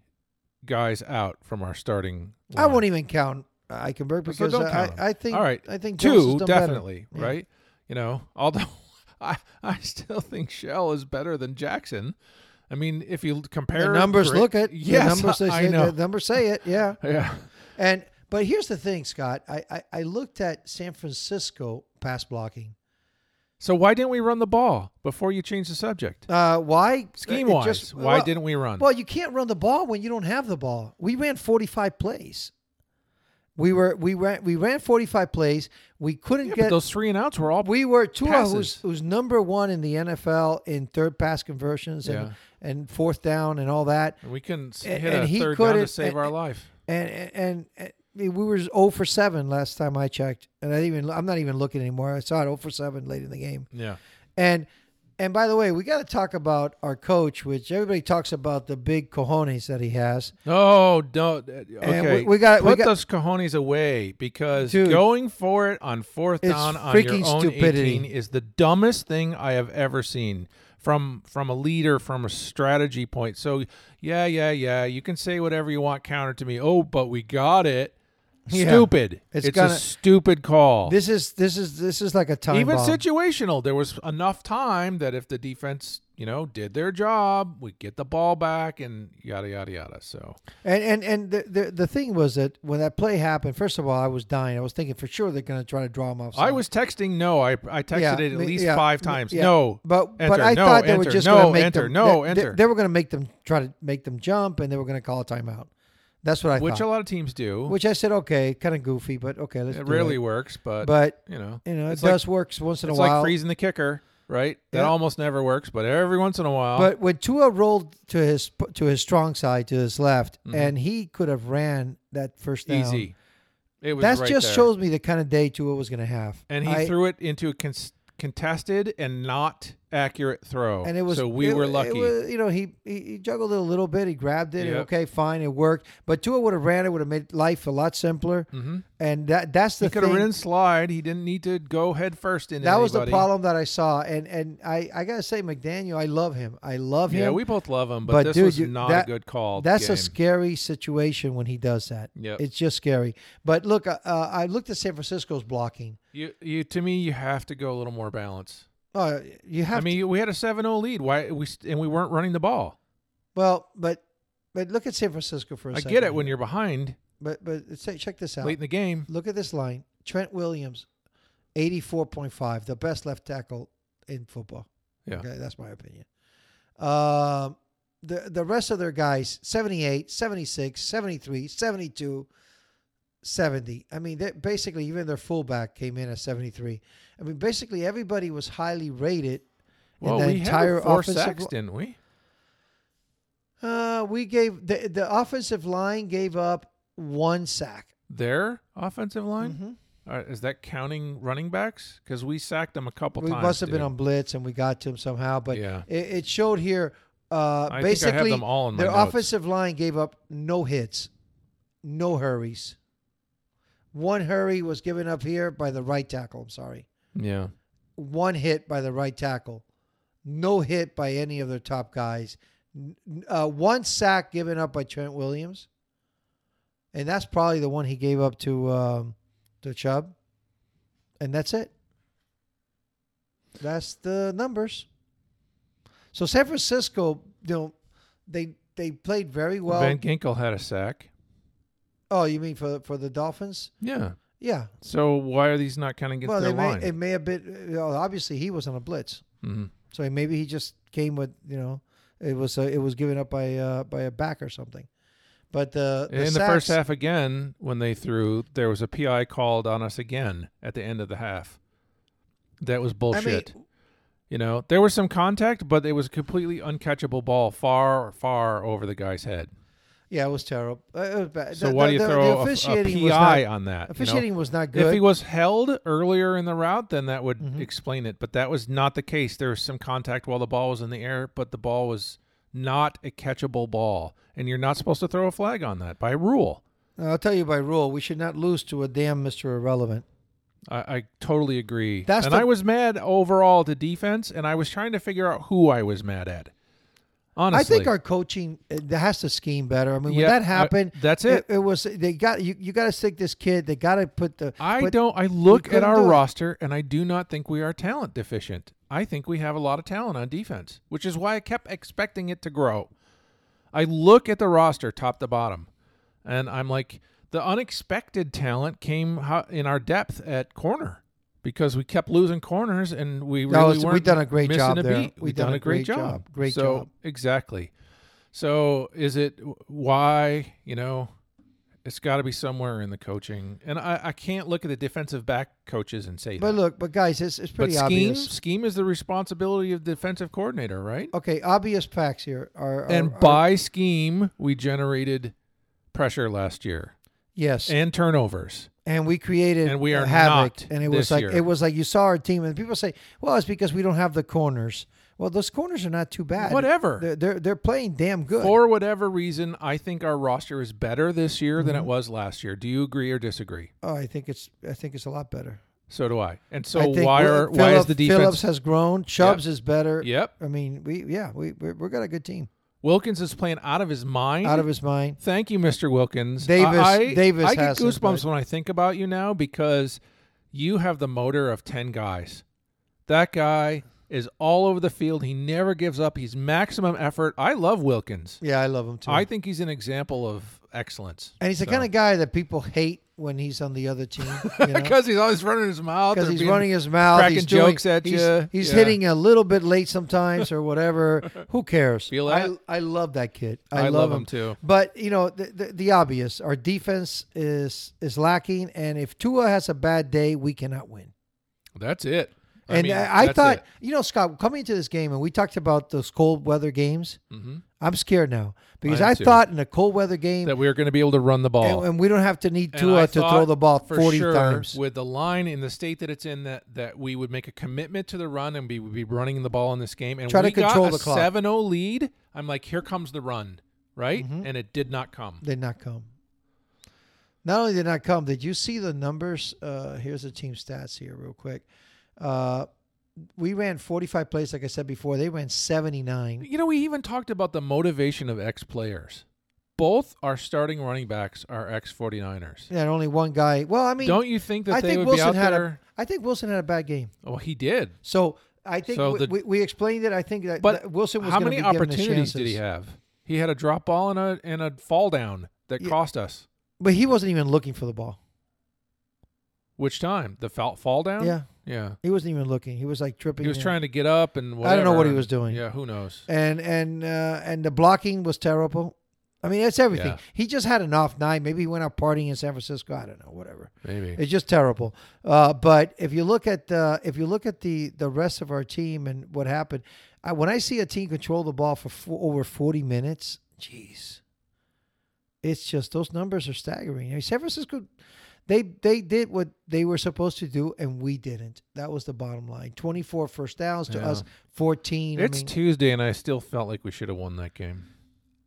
[SPEAKER 2] guys out from our starting.
[SPEAKER 3] I
[SPEAKER 2] lineup.
[SPEAKER 3] won't even count uh, Eichenberg
[SPEAKER 2] So
[SPEAKER 3] because
[SPEAKER 2] don't
[SPEAKER 3] I,
[SPEAKER 2] count 'em.
[SPEAKER 3] I think
[SPEAKER 2] all right.
[SPEAKER 3] I think
[SPEAKER 2] two
[SPEAKER 3] Jones has done better.
[SPEAKER 2] definitely
[SPEAKER 3] Yeah.
[SPEAKER 2] right. You know, although I I still think Shell is better than Jackson. I mean, if you compare
[SPEAKER 3] The numbers
[SPEAKER 2] gra-
[SPEAKER 3] look at
[SPEAKER 2] yes,
[SPEAKER 3] the numbers they
[SPEAKER 2] I
[SPEAKER 3] say,
[SPEAKER 2] know.
[SPEAKER 3] The numbers say it. Yeah.
[SPEAKER 2] yeah,
[SPEAKER 3] And but here's the thing, Scott. I, I, I looked at San Francisco pass blocking.
[SPEAKER 2] so why didn't we run the ball before you change the subject?
[SPEAKER 3] Uh, why
[SPEAKER 2] Scheme
[SPEAKER 3] it
[SPEAKER 2] wise,
[SPEAKER 3] just-
[SPEAKER 2] why
[SPEAKER 3] well-
[SPEAKER 2] didn't we run?
[SPEAKER 3] Well, you can't run the ball when you don't have the ball. We ran 45 plays. We were we ran we ran 45 plays. We couldn't
[SPEAKER 2] yeah, but
[SPEAKER 3] get
[SPEAKER 2] those three and outs were all
[SPEAKER 3] we were Tua, who's,
[SPEAKER 2] passes.
[SPEAKER 3] who's number one in the NFL in third pass conversions and,
[SPEAKER 2] Yeah.
[SPEAKER 3] and fourth down and all that.
[SPEAKER 2] and we couldn't s-
[SPEAKER 3] and-
[SPEAKER 2] hit
[SPEAKER 3] and
[SPEAKER 2] a
[SPEAKER 3] he
[SPEAKER 2] third down to
[SPEAKER 3] couldn't-
[SPEAKER 2] save
[SPEAKER 3] and-
[SPEAKER 2] our life.
[SPEAKER 3] and and, and we were 0 for 7 last time I checked, and I didn't even I'm not even looking anymore. I saw it 0 for 7 late in the game.
[SPEAKER 2] Yeah,
[SPEAKER 3] And and by the way, we got to talk about our coach, which everybody talks about the big cojones that he has.
[SPEAKER 2] Oh, don't. Okay,
[SPEAKER 3] we- we got- we
[SPEAKER 2] put
[SPEAKER 3] got-
[SPEAKER 2] those cojones away because
[SPEAKER 3] Dude.
[SPEAKER 2] going for it on fourth
[SPEAKER 3] It's
[SPEAKER 2] down on your
[SPEAKER 3] freaking
[SPEAKER 2] own
[SPEAKER 3] stupidity.
[SPEAKER 2] 18 is the dumbest thing I have ever seen from from a leader from a strategy point. So yeah, yeah, yeah. You can say whatever you want counter to me. Oh, but we got it.
[SPEAKER 3] Yeah.
[SPEAKER 2] Stupid. It's,
[SPEAKER 3] It's gonna-
[SPEAKER 2] a stupid call.
[SPEAKER 3] This is this is this is like a time
[SPEAKER 2] Even
[SPEAKER 3] bomb.
[SPEAKER 2] situational, there was enough time that if the defense, you know, did their job, we get the ball back and yada yada yada. So
[SPEAKER 3] and and and the, the the thing was that when that play happened, first of all, I was dying. I was thinking for sure they're going to try to draw him off.
[SPEAKER 2] I was texting no. I I texted
[SPEAKER 3] Yeah,
[SPEAKER 2] it at
[SPEAKER 3] me-
[SPEAKER 2] least
[SPEAKER 3] yeah,
[SPEAKER 2] five
[SPEAKER 3] me-
[SPEAKER 2] times.
[SPEAKER 3] yeah.
[SPEAKER 2] No,
[SPEAKER 3] But but
[SPEAKER 2] enter,
[SPEAKER 3] I
[SPEAKER 2] no,
[SPEAKER 3] thought they
[SPEAKER 2] enter,
[SPEAKER 3] were just
[SPEAKER 2] no,
[SPEAKER 3] going to make
[SPEAKER 2] enter,
[SPEAKER 3] them
[SPEAKER 2] no
[SPEAKER 3] they,
[SPEAKER 2] enter.
[SPEAKER 3] They, they were going to make them try to make them jump, and they were going to call a timeout. That's what I
[SPEAKER 2] which a
[SPEAKER 3] thought.
[SPEAKER 2] lot of teams do.
[SPEAKER 3] which I said, okay, kind of goofy, but okay, let's.
[SPEAKER 2] it
[SPEAKER 3] do
[SPEAKER 2] rarely
[SPEAKER 3] it.
[SPEAKER 2] works, but
[SPEAKER 3] But
[SPEAKER 2] you know,
[SPEAKER 3] you know, it
[SPEAKER 2] it's like,
[SPEAKER 3] does works once in a
[SPEAKER 2] It's
[SPEAKER 3] while.
[SPEAKER 2] like freezing the kicker, right? That
[SPEAKER 3] Yeah.
[SPEAKER 2] almost never works, but every once in a while.
[SPEAKER 3] But when Tua rolled to his to his strong side, to his left, and he could have ran that first down.
[SPEAKER 2] Mm-hmm. easy. It was
[SPEAKER 3] That
[SPEAKER 2] right
[SPEAKER 3] just
[SPEAKER 2] there.
[SPEAKER 3] shows me the kind of day Tua was going to have.
[SPEAKER 2] And he
[SPEAKER 3] I-
[SPEAKER 2] threw it into a con- contested and not accurate throw.
[SPEAKER 3] and it was
[SPEAKER 2] so we
[SPEAKER 3] it-
[SPEAKER 2] were
[SPEAKER 3] it
[SPEAKER 2] lucky.
[SPEAKER 3] was- you know, he, he he juggled it a little bit. He grabbed it. and
[SPEAKER 2] Yep.
[SPEAKER 3] Okay, fine, it worked. But Tua would have ran it. Would have made life a lot simpler. Mm-hmm. And that that's the
[SPEAKER 2] he could have
[SPEAKER 3] thing.
[SPEAKER 2] ran and slide. He didn't need to go head first into
[SPEAKER 3] that was the
[SPEAKER 2] anybody.
[SPEAKER 3] problem that I saw. And and I I gotta say, McDaniel, I love him. I love him.
[SPEAKER 2] Yeah, we both love him, but,
[SPEAKER 3] but
[SPEAKER 2] this
[SPEAKER 3] dude,
[SPEAKER 2] was
[SPEAKER 3] you-
[SPEAKER 2] not
[SPEAKER 3] that-
[SPEAKER 2] a good call.
[SPEAKER 3] That's a
[SPEAKER 2] game.
[SPEAKER 3] scary situation when he does that.
[SPEAKER 2] Yep.
[SPEAKER 3] it's just scary. But look, uh, uh, I looked at San Francisco's blocking.
[SPEAKER 2] You, you, to me, you have to go a little more balance.
[SPEAKER 3] Uh, you have
[SPEAKER 2] I mean, we had a 7-0 lead. Why we st- and we weren't running the ball.
[SPEAKER 3] Well, but but look at San Francisco for a
[SPEAKER 2] I
[SPEAKER 3] second.
[SPEAKER 2] get it when you're behind
[SPEAKER 3] But but say, check this out.
[SPEAKER 2] late in the game.
[SPEAKER 3] Look at this line: Trent Williams, eighty-four point five, the best left tackle in football.
[SPEAKER 2] Yeah.
[SPEAKER 3] okay, that's my opinion. Um, the the rest of their guys 78, 76, 73, 72, 70. I mean, they basically even their fullback came in at 73. I mean, basically everybody was highly rated.
[SPEAKER 2] Well,
[SPEAKER 3] in the
[SPEAKER 2] we
[SPEAKER 3] entire
[SPEAKER 2] had four
[SPEAKER 3] offensive
[SPEAKER 2] sacks,
[SPEAKER 3] li-
[SPEAKER 2] didn't we?
[SPEAKER 3] Uh, we gave the the offensive line gave up one sack.
[SPEAKER 2] Their offensive line.
[SPEAKER 3] Mm-hmm.
[SPEAKER 2] All right, is that counting running backs? Because we sacked them a couple
[SPEAKER 3] We
[SPEAKER 2] times.
[SPEAKER 3] must have been
[SPEAKER 2] dude.
[SPEAKER 3] on blitz and we got to him somehow, but
[SPEAKER 2] Yeah.
[SPEAKER 3] it, it showed here.
[SPEAKER 2] I
[SPEAKER 3] Uh,
[SPEAKER 2] think I have
[SPEAKER 3] basically,
[SPEAKER 2] them all in my
[SPEAKER 3] their
[SPEAKER 2] notes.
[SPEAKER 3] offensive line gave up no hits, no hurries. One hurry was given up here by the right tackle. I'm sorry.
[SPEAKER 2] Yeah,
[SPEAKER 3] One hit by the right tackle. No hit by any of their top guys. N- n- Uh, one sack given up by Trent Williams. And that's probably the one he gave up to um, to Chubb. And that's it. That's the numbers. So San Francisco, you know, they they played very well.
[SPEAKER 2] Van Ginkel had a sack.
[SPEAKER 3] oh, you mean for for the Dolphins?
[SPEAKER 2] Yeah.
[SPEAKER 3] Yeah.
[SPEAKER 2] So why are these not counting against
[SPEAKER 3] well,
[SPEAKER 2] their
[SPEAKER 3] they may,
[SPEAKER 2] line?
[SPEAKER 3] it may have been. You know, obviously, he was on a blitz,
[SPEAKER 2] Mhm.
[SPEAKER 3] so maybe he just came with you know, it was uh, it was given up by uh, by a back or something. But the, the
[SPEAKER 2] In the first
[SPEAKER 3] sacks-
[SPEAKER 2] half again, when they threw, there was a PI called on us again at the end of the half. That was bullshit. you know, there was some contact, but it was a completely uncatchable ball far, far over the guy's head.
[SPEAKER 3] yeah, it was terrible. Uh, it was bad.
[SPEAKER 2] So
[SPEAKER 3] The-
[SPEAKER 2] why
[SPEAKER 3] the-
[SPEAKER 2] do you
[SPEAKER 3] the- the
[SPEAKER 2] throw a-
[SPEAKER 3] officiating
[SPEAKER 2] a,
[SPEAKER 3] was
[SPEAKER 2] PI
[SPEAKER 3] not-
[SPEAKER 2] on that? you know?
[SPEAKER 3] Officiating was not
[SPEAKER 2] If
[SPEAKER 3] good. Mm-hmm.
[SPEAKER 2] he was held earlier in the route, then that would explain it. But that was not the case. There was some contact while the ball was in the air, but the ball was not a catchable ball, and you're not supposed to throw a flag on that by rule.
[SPEAKER 3] I'll tell you by rule, we should not lose to a damn Mister Irrelevant.
[SPEAKER 2] I, I totally agree.
[SPEAKER 3] That's
[SPEAKER 2] and
[SPEAKER 3] the-
[SPEAKER 2] I was mad overall to defense, and I was trying to figure out who I was mad at. Honestly,
[SPEAKER 3] I think our coaching uh, that has to scheme better. I mean,
[SPEAKER 2] Yeah,
[SPEAKER 3] when that
[SPEAKER 2] I-
[SPEAKER 3] happened,
[SPEAKER 2] that's it.
[SPEAKER 3] It, was they got you. You got to stick this kid. They got to put the.
[SPEAKER 2] I
[SPEAKER 3] put-
[SPEAKER 2] don't. I look at
[SPEAKER 3] couldn't
[SPEAKER 2] our
[SPEAKER 3] do it.
[SPEAKER 2] roster, and I do not think we are talent deficient. I think we have a lot of talent on defense, which is why I kept expecting it to grow. I look at the roster, top to bottom, and I'm like, the unexpected talent came ho- in our depth at corner because we kept losing corners, and we really
[SPEAKER 3] No, it's-
[SPEAKER 2] weren't
[SPEAKER 3] we've done a great
[SPEAKER 2] missing
[SPEAKER 3] job
[SPEAKER 2] a
[SPEAKER 3] there.
[SPEAKER 2] beat.
[SPEAKER 3] We've done a great job. Great
[SPEAKER 2] so,
[SPEAKER 3] job.
[SPEAKER 2] Exactly. So is it why you know? It's got to be somewhere in the coaching, and I, I can't look at the defensive back coaches and say
[SPEAKER 3] But
[SPEAKER 2] that.
[SPEAKER 3] look, but guys, it's it's
[SPEAKER 2] but
[SPEAKER 3] pretty
[SPEAKER 2] scheme
[SPEAKER 3] obvious. Uh,
[SPEAKER 2] scheme is the responsibility of the defensive coordinator, right?
[SPEAKER 3] Okay, obvious facts here are, are
[SPEAKER 2] and
[SPEAKER 3] are-
[SPEAKER 2] by scheme, we generated pressure last year
[SPEAKER 3] yes, and,
[SPEAKER 2] and turnovers.
[SPEAKER 3] we created
[SPEAKER 2] and we are
[SPEAKER 3] havoc,
[SPEAKER 2] not
[SPEAKER 3] and it
[SPEAKER 2] this
[SPEAKER 3] was like
[SPEAKER 2] year.
[SPEAKER 3] it was like you saw our team, and people say, well, it's because we don't have the corners. Well, those corners are not too bad.
[SPEAKER 2] Whatever.
[SPEAKER 3] they're they're, they're playing damn good.
[SPEAKER 2] For whatever reason, I think our roster is better this year than it
[SPEAKER 3] Mm-hmm.
[SPEAKER 2] was last year. Do you agree or disagree?
[SPEAKER 3] oh, I think it's I think it's a lot better.
[SPEAKER 2] So do I. And so
[SPEAKER 3] I think
[SPEAKER 2] why
[SPEAKER 3] we're-
[SPEAKER 2] are why is
[SPEAKER 3] Phillip-
[SPEAKER 2] the defense?
[SPEAKER 3] Phillips has grown. Chubbs is better.
[SPEAKER 2] Yep.
[SPEAKER 3] I mean, we yeah we we we got a good team
[SPEAKER 2] Wilkins is playing out of his mind.
[SPEAKER 3] out of his mind.
[SPEAKER 2] Thank you, Mr. Wilkins.
[SPEAKER 3] Davis-
[SPEAKER 2] I,
[SPEAKER 3] Davis
[SPEAKER 2] I get
[SPEAKER 3] has it,
[SPEAKER 2] goosebumps
[SPEAKER 3] but-
[SPEAKER 2] when I think about you now because you have the motor of ten guys. That guy is all over the field. He never gives up. He's maximum effort. I love Wilkins.
[SPEAKER 3] Yeah, I love him too.
[SPEAKER 2] I think he's an example of excellence.
[SPEAKER 3] and he's the
[SPEAKER 2] So-
[SPEAKER 3] kind of guy that people hate when he's on the other team. You know?
[SPEAKER 2] because he's always running his mouth.
[SPEAKER 3] because
[SPEAKER 2] or
[SPEAKER 3] he's
[SPEAKER 2] being-
[SPEAKER 3] running his mouth,
[SPEAKER 2] cracking
[SPEAKER 3] he's doing-
[SPEAKER 2] jokes at
[SPEAKER 3] he's,
[SPEAKER 2] ya.
[SPEAKER 3] He's
[SPEAKER 2] Yeah.
[SPEAKER 3] hitting a little bit late sometimes or whatever. Who cares?
[SPEAKER 2] Feel
[SPEAKER 3] I,
[SPEAKER 2] that?
[SPEAKER 3] I love that kid.
[SPEAKER 2] I
[SPEAKER 3] I,
[SPEAKER 2] love
[SPEAKER 3] him
[SPEAKER 2] him too.
[SPEAKER 3] But you know the, the the obvious. Our defense is is lacking, and if Tua has a bad day, we cannot win.
[SPEAKER 2] That's it.
[SPEAKER 3] and
[SPEAKER 2] mean,
[SPEAKER 3] I, I
[SPEAKER 2] that's
[SPEAKER 3] thought,
[SPEAKER 2] it.
[SPEAKER 3] you know, Scott, coming into this game, and we talked about those cold weather games. Mm-hmm. I'm scared now because
[SPEAKER 2] am
[SPEAKER 3] I,
[SPEAKER 2] too.
[SPEAKER 3] thought in a cold weather game,
[SPEAKER 2] that we are going to be able to run the ball.
[SPEAKER 3] and, and we don't have to need
[SPEAKER 2] And I
[SPEAKER 3] Tua to
[SPEAKER 2] thought
[SPEAKER 3] throw the ball
[SPEAKER 2] for
[SPEAKER 3] 40
[SPEAKER 2] sure,
[SPEAKER 3] times.
[SPEAKER 2] With the line in the state that it's in, that that we would make a commitment to the run and we would be running the ball in this game. And
[SPEAKER 3] Try to
[SPEAKER 2] we got
[SPEAKER 3] control
[SPEAKER 2] a
[SPEAKER 3] the clock.
[SPEAKER 2] 7-0 lead. I'm like, here comes the run, right?
[SPEAKER 3] Mm-hmm.
[SPEAKER 2] And it did not come.
[SPEAKER 3] They did not come. Not only did not come, did you see the numbers? Uh, here's the team stats here, real quick. Uh, we ran 45 plays, like I said before. They ran 79.
[SPEAKER 2] You know, we even talked about the motivation of ex players. Both our starting running backs are ex 49ers.
[SPEAKER 3] And only one guy. Well, I mean,
[SPEAKER 2] Don't you think that
[SPEAKER 3] I
[SPEAKER 2] they
[SPEAKER 3] think
[SPEAKER 2] would
[SPEAKER 3] Wilson
[SPEAKER 2] be out
[SPEAKER 3] had
[SPEAKER 2] there?
[SPEAKER 3] a. I think Wilson had a bad game.
[SPEAKER 2] Oh, he did.
[SPEAKER 3] So I think
[SPEAKER 2] So
[SPEAKER 3] we,
[SPEAKER 2] the-
[SPEAKER 3] we, we explained it. I think that,
[SPEAKER 2] But
[SPEAKER 3] that Wilson was
[SPEAKER 2] how
[SPEAKER 3] gonna
[SPEAKER 2] many
[SPEAKER 3] be given his
[SPEAKER 2] opportunities did he
[SPEAKER 3] chances.
[SPEAKER 2] have? He had a drop ball and a and a fall down that
[SPEAKER 3] Yeah.
[SPEAKER 2] cost us.
[SPEAKER 3] But he wasn't even looking for the ball.
[SPEAKER 2] Which time? The fall, fall down?
[SPEAKER 3] Yeah.
[SPEAKER 2] Yeah.
[SPEAKER 3] He wasn't even looking. He was like tripping.
[SPEAKER 2] He was
[SPEAKER 3] and-
[SPEAKER 2] trying to get up and
[SPEAKER 3] I don't know what
[SPEAKER 2] whatever.
[SPEAKER 3] he was doing.
[SPEAKER 2] Yeah, who knows?
[SPEAKER 3] and and uh, and the blocking was terrible. I mean, it's everything.
[SPEAKER 2] Yeah.
[SPEAKER 3] He just had an off night. Maybe he went out partying in San Francisco. I don't know. Whatever.
[SPEAKER 2] Maybe.
[SPEAKER 3] It's just terrible. Uh, but if you look at the if you look at the the rest of our team and what happened, I, when I see a team control the ball for four, over forty minutes, jeez, it's just those numbers are staggering. I mean, San Francisco, they they did what they were supposed to do, and we didn't. That was the bottom line. Twenty four first downs to
[SPEAKER 2] Yeah.
[SPEAKER 3] us, fourteen.
[SPEAKER 2] it's
[SPEAKER 3] I mean,
[SPEAKER 2] Tuesday and I still felt like we should have won that game.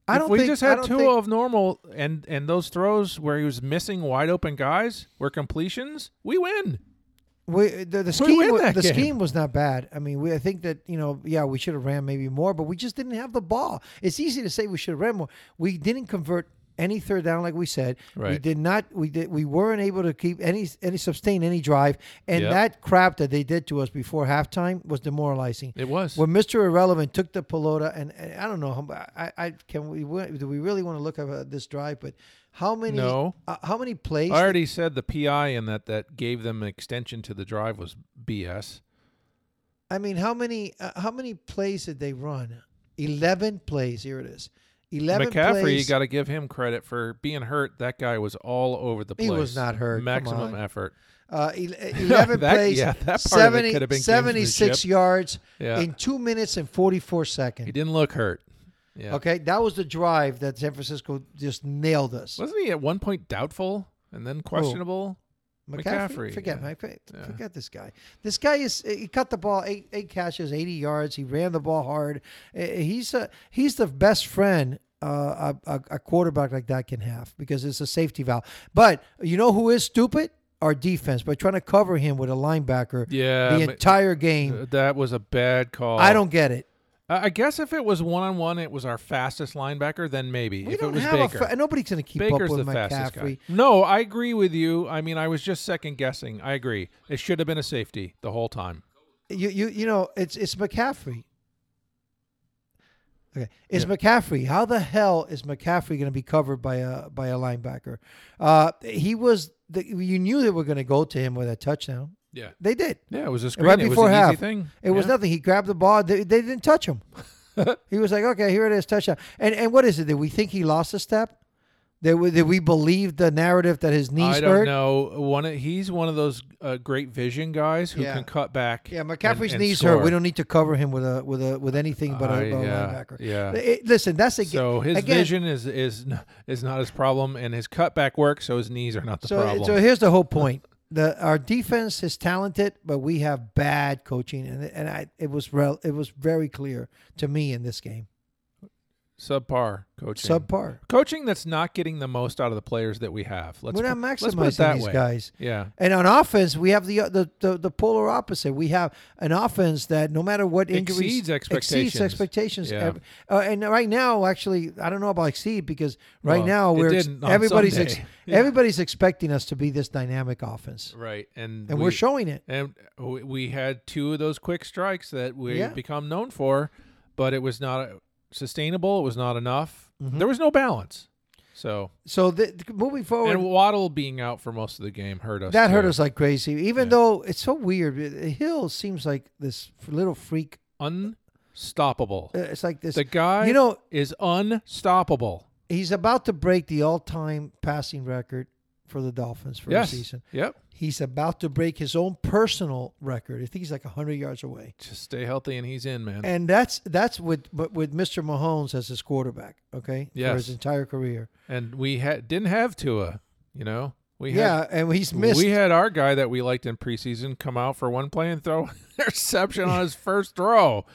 [SPEAKER 3] I
[SPEAKER 2] If
[SPEAKER 3] don't
[SPEAKER 2] we
[SPEAKER 3] think,
[SPEAKER 2] just
[SPEAKER 3] I
[SPEAKER 2] had
[SPEAKER 3] don't
[SPEAKER 2] two
[SPEAKER 3] think-
[SPEAKER 2] of normal and and those throws where he was missing wide open guys were completions, we win.
[SPEAKER 3] We, the, the
[SPEAKER 2] We
[SPEAKER 3] scheme,
[SPEAKER 2] win
[SPEAKER 3] wa-
[SPEAKER 2] that
[SPEAKER 3] the
[SPEAKER 2] game.
[SPEAKER 3] scheme was not bad. I mean, we, I think that you know, yeah, we should have ran maybe more, but we just didn't have the ball. It's easy to say we should have ran more. We didn't convert any third down, like we said. We
[SPEAKER 2] Right.
[SPEAKER 3] did not. We did. We weren't able to keep any any sustain any drive, and
[SPEAKER 2] Yep.
[SPEAKER 3] that crap that they did to us before halftime was demoralizing.
[SPEAKER 2] It was.
[SPEAKER 3] when Mister Irrelevant took the pelota, and, and I don't know. how- I, I can we do we really want to look at uh, this drive? But how many?
[SPEAKER 2] No.
[SPEAKER 3] Uh, how many plays?
[SPEAKER 2] I already said the PI and that that gave them an extension to the drive was BS.
[SPEAKER 3] I mean, how many uh, how many plays did they run? Eleven plays. Here it is. Eleven.
[SPEAKER 2] McCaffrey, you
[SPEAKER 3] plays.
[SPEAKER 2] got to give him credit for being hurt. That guy was all over the
[SPEAKER 3] He
[SPEAKER 2] place.
[SPEAKER 3] was not hurt. Come
[SPEAKER 2] Maximum
[SPEAKER 3] on.
[SPEAKER 2] effort.
[SPEAKER 3] Uh, ele- 11
[SPEAKER 2] That-
[SPEAKER 3] plays,
[SPEAKER 2] yeah, that part of it
[SPEAKER 3] 70
[SPEAKER 2] could have been
[SPEAKER 3] 76
[SPEAKER 2] gamesmanship.
[SPEAKER 3] yards
[SPEAKER 2] Yeah.
[SPEAKER 3] in two minutes and 44
[SPEAKER 2] He
[SPEAKER 3] seconds.
[SPEAKER 2] didn't look hurt. Yeah.
[SPEAKER 3] Okay, that was the drive that San Francisco just nailed us.
[SPEAKER 2] Wasn't he at one point doubtful and then questionable? McCaffrey,
[SPEAKER 3] forget
[SPEAKER 2] yeah.
[SPEAKER 3] Mc- forget this guy. This guy is he cut the ball eight eight catches, 80 yards. He ran the ball hard. Uh, He's a, he's the best friend uh, a, a- a quarterback like that can have because it's a safety valve. But you know who is stupid? Our defense by trying to cover him with a linebacker
[SPEAKER 2] Yeah, Uh, oh.
[SPEAKER 3] the
[SPEAKER 2] but-
[SPEAKER 3] entire game.
[SPEAKER 2] Uh, That was a bad call.
[SPEAKER 3] I don't get it.
[SPEAKER 2] I I guess if it was one on one, it was our fastest linebacker. Then maybe
[SPEAKER 3] We
[SPEAKER 2] if
[SPEAKER 3] don't
[SPEAKER 2] it was
[SPEAKER 3] have
[SPEAKER 2] Baker,
[SPEAKER 3] a fa- nobody's going to keep
[SPEAKER 2] Baker's
[SPEAKER 3] up
[SPEAKER 2] the
[SPEAKER 3] with
[SPEAKER 2] fastest
[SPEAKER 3] McCaffrey.
[SPEAKER 2] guy. No, I agree with you. I mean, I was just second guessing. I agree. It should have been a safety the whole time.
[SPEAKER 3] You you you know it's it's McCaffrey. Okay, it's McCaffrey. How the hell is McCaffrey going to be covered by a by a linebacker? Uh, he was the, you knew they were going to go to him with a touchdown.
[SPEAKER 2] Yeah.
[SPEAKER 3] They did.
[SPEAKER 2] Yeah, it was a screen.
[SPEAKER 3] right
[SPEAKER 2] it
[SPEAKER 3] before
[SPEAKER 2] was an
[SPEAKER 3] half.
[SPEAKER 2] easy thing.
[SPEAKER 3] It was
[SPEAKER 2] Yeah.
[SPEAKER 3] nothing. He grabbed the ball. They, they didn't touch him. he was like, okay, here it is, touchdown. And and what is it? Did we think he lost a step? That we, that we believe the narrative that his knees
[SPEAKER 2] I don't
[SPEAKER 3] hurt?
[SPEAKER 2] know. One, of, he's one of those uh, great vision guys who
[SPEAKER 3] Yeah.
[SPEAKER 2] can cut back.
[SPEAKER 3] Yeah,
[SPEAKER 2] and-
[SPEAKER 3] McCaffrey's
[SPEAKER 2] and
[SPEAKER 3] knees
[SPEAKER 2] score.
[SPEAKER 3] hurt. We don't need to cover him with a with a with anything but a,
[SPEAKER 2] Uh,
[SPEAKER 3] but a
[SPEAKER 2] yeah,
[SPEAKER 3] linebacker.
[SPEAKER 2] yeah.
[SPEAKER 3] It- listen, that's a ga-
[SPEAKER 2] So his
[SPEAKER 3] again,
[SPEAKER 2] vision is is n- is not his problem, and his cutback work. So his knees are not the
[SPEAKER 3] So eh,
[SPEAKER 2] problem.
[SPEAKER 3] so here's the whole point. The our defense is talented, but we have bad coaching, and and I it was rel, it was very clear to me in this game.
[SPEAKER 2] Subpar coaching.
[SPEAKER 3] Subpar.
[SPEAKER 2] coaching that's not getting the most out of the players that we have. Let's
[SPEAKER 3] We're not
[SPEAKER 2] put- let's put it
[SPEAKER 3] maximizing
[SPEAKER 2] that
[SPEAKER 3] these
[SPEAKER 2] way.
[SPEAKER 3] guys.
[SPEAKER 2] Yeah.
[SPEAKER 3] And on offense, we have the, uh, the the the polar opposite. We have an offense that no matter what injuries
[SPEAKER 2] Exceeds
[SPEAKER 3] exceeds
[SPEAKER 2] expectations.
[SPEAKER 3] expectations.
[SPEAKER 2] Yeah.
[SPEAKER 3] Ev- uh, and right now, actually, I don't know about exceed because right
[SPEAKER 2] Well,
[SPEAKER 3] now
[SPEAKER 2] it
[SPEAKER 3] we're ex-
[SPEAKER 2] didn't on
[SPEAKER 3] everybody's
[SPEAKER 2] Sunday. Yeah.
[SPEAKER 3] everybody's expecting us to be this dynamic offense,
[SPEAKER 2] Right. And
[SPEAKER 3] and
[SPEAKER 2] we,
[SPEAKER 3] we're showing it.
[SPEAKER 2] And we- we had two of those quick strikes that we
[SPEAKER 3] Yeah.
[SPEAKER 2] become known for, but it was not sustainable. It was not enough.
[SPEAKER 3] Mm-hmm.
[SPEAKER 2] There was no balance. So
[SPEAKER 3] So the, the- moving forward,
[SPEAKER 2] and Waddle being out for most of the game hurt us.
[SPEAKER 3] Oh, that hurt
[SPEAKER 2] too.
[SPEAKER 3] us like crazy. Even though it's so weird, Hill seems like this little freak.
[SPEAKER 2] Unstoppable.
[SPEAKER 3] Uh, It's like this.
[SPEAKER 2] The guy
[SPEAKER 3] you know,
[SPEAKER 2] is unstoppable.
[SPEAKER 3] he's about to break the all-time passing record for the Dolphins for
[SPEAKER 2] Yes.
[SPEAKER 3] the season.
[SPEAKER 2] Yep.
[SPEAKER 3] He's about to break his own personal record. I think he's like 100 yards away.
[SPEAKER 2] Just stay healthy and he's in, man.
[SPEAKER 3] And that's that's with but with Mr. Mahomes as his quarterback, okay? For
[SPEAKER 2] Yes.
[SPEAKER 3] his entire career.
[SPEAKER 2] And we had didn't have Tua, you know. We had
[SPEAKER 3] yeah, and he's missed
[SPEAKER 2] We had our guy that we liked in preseason come out for one play and throw an interception on his first throw.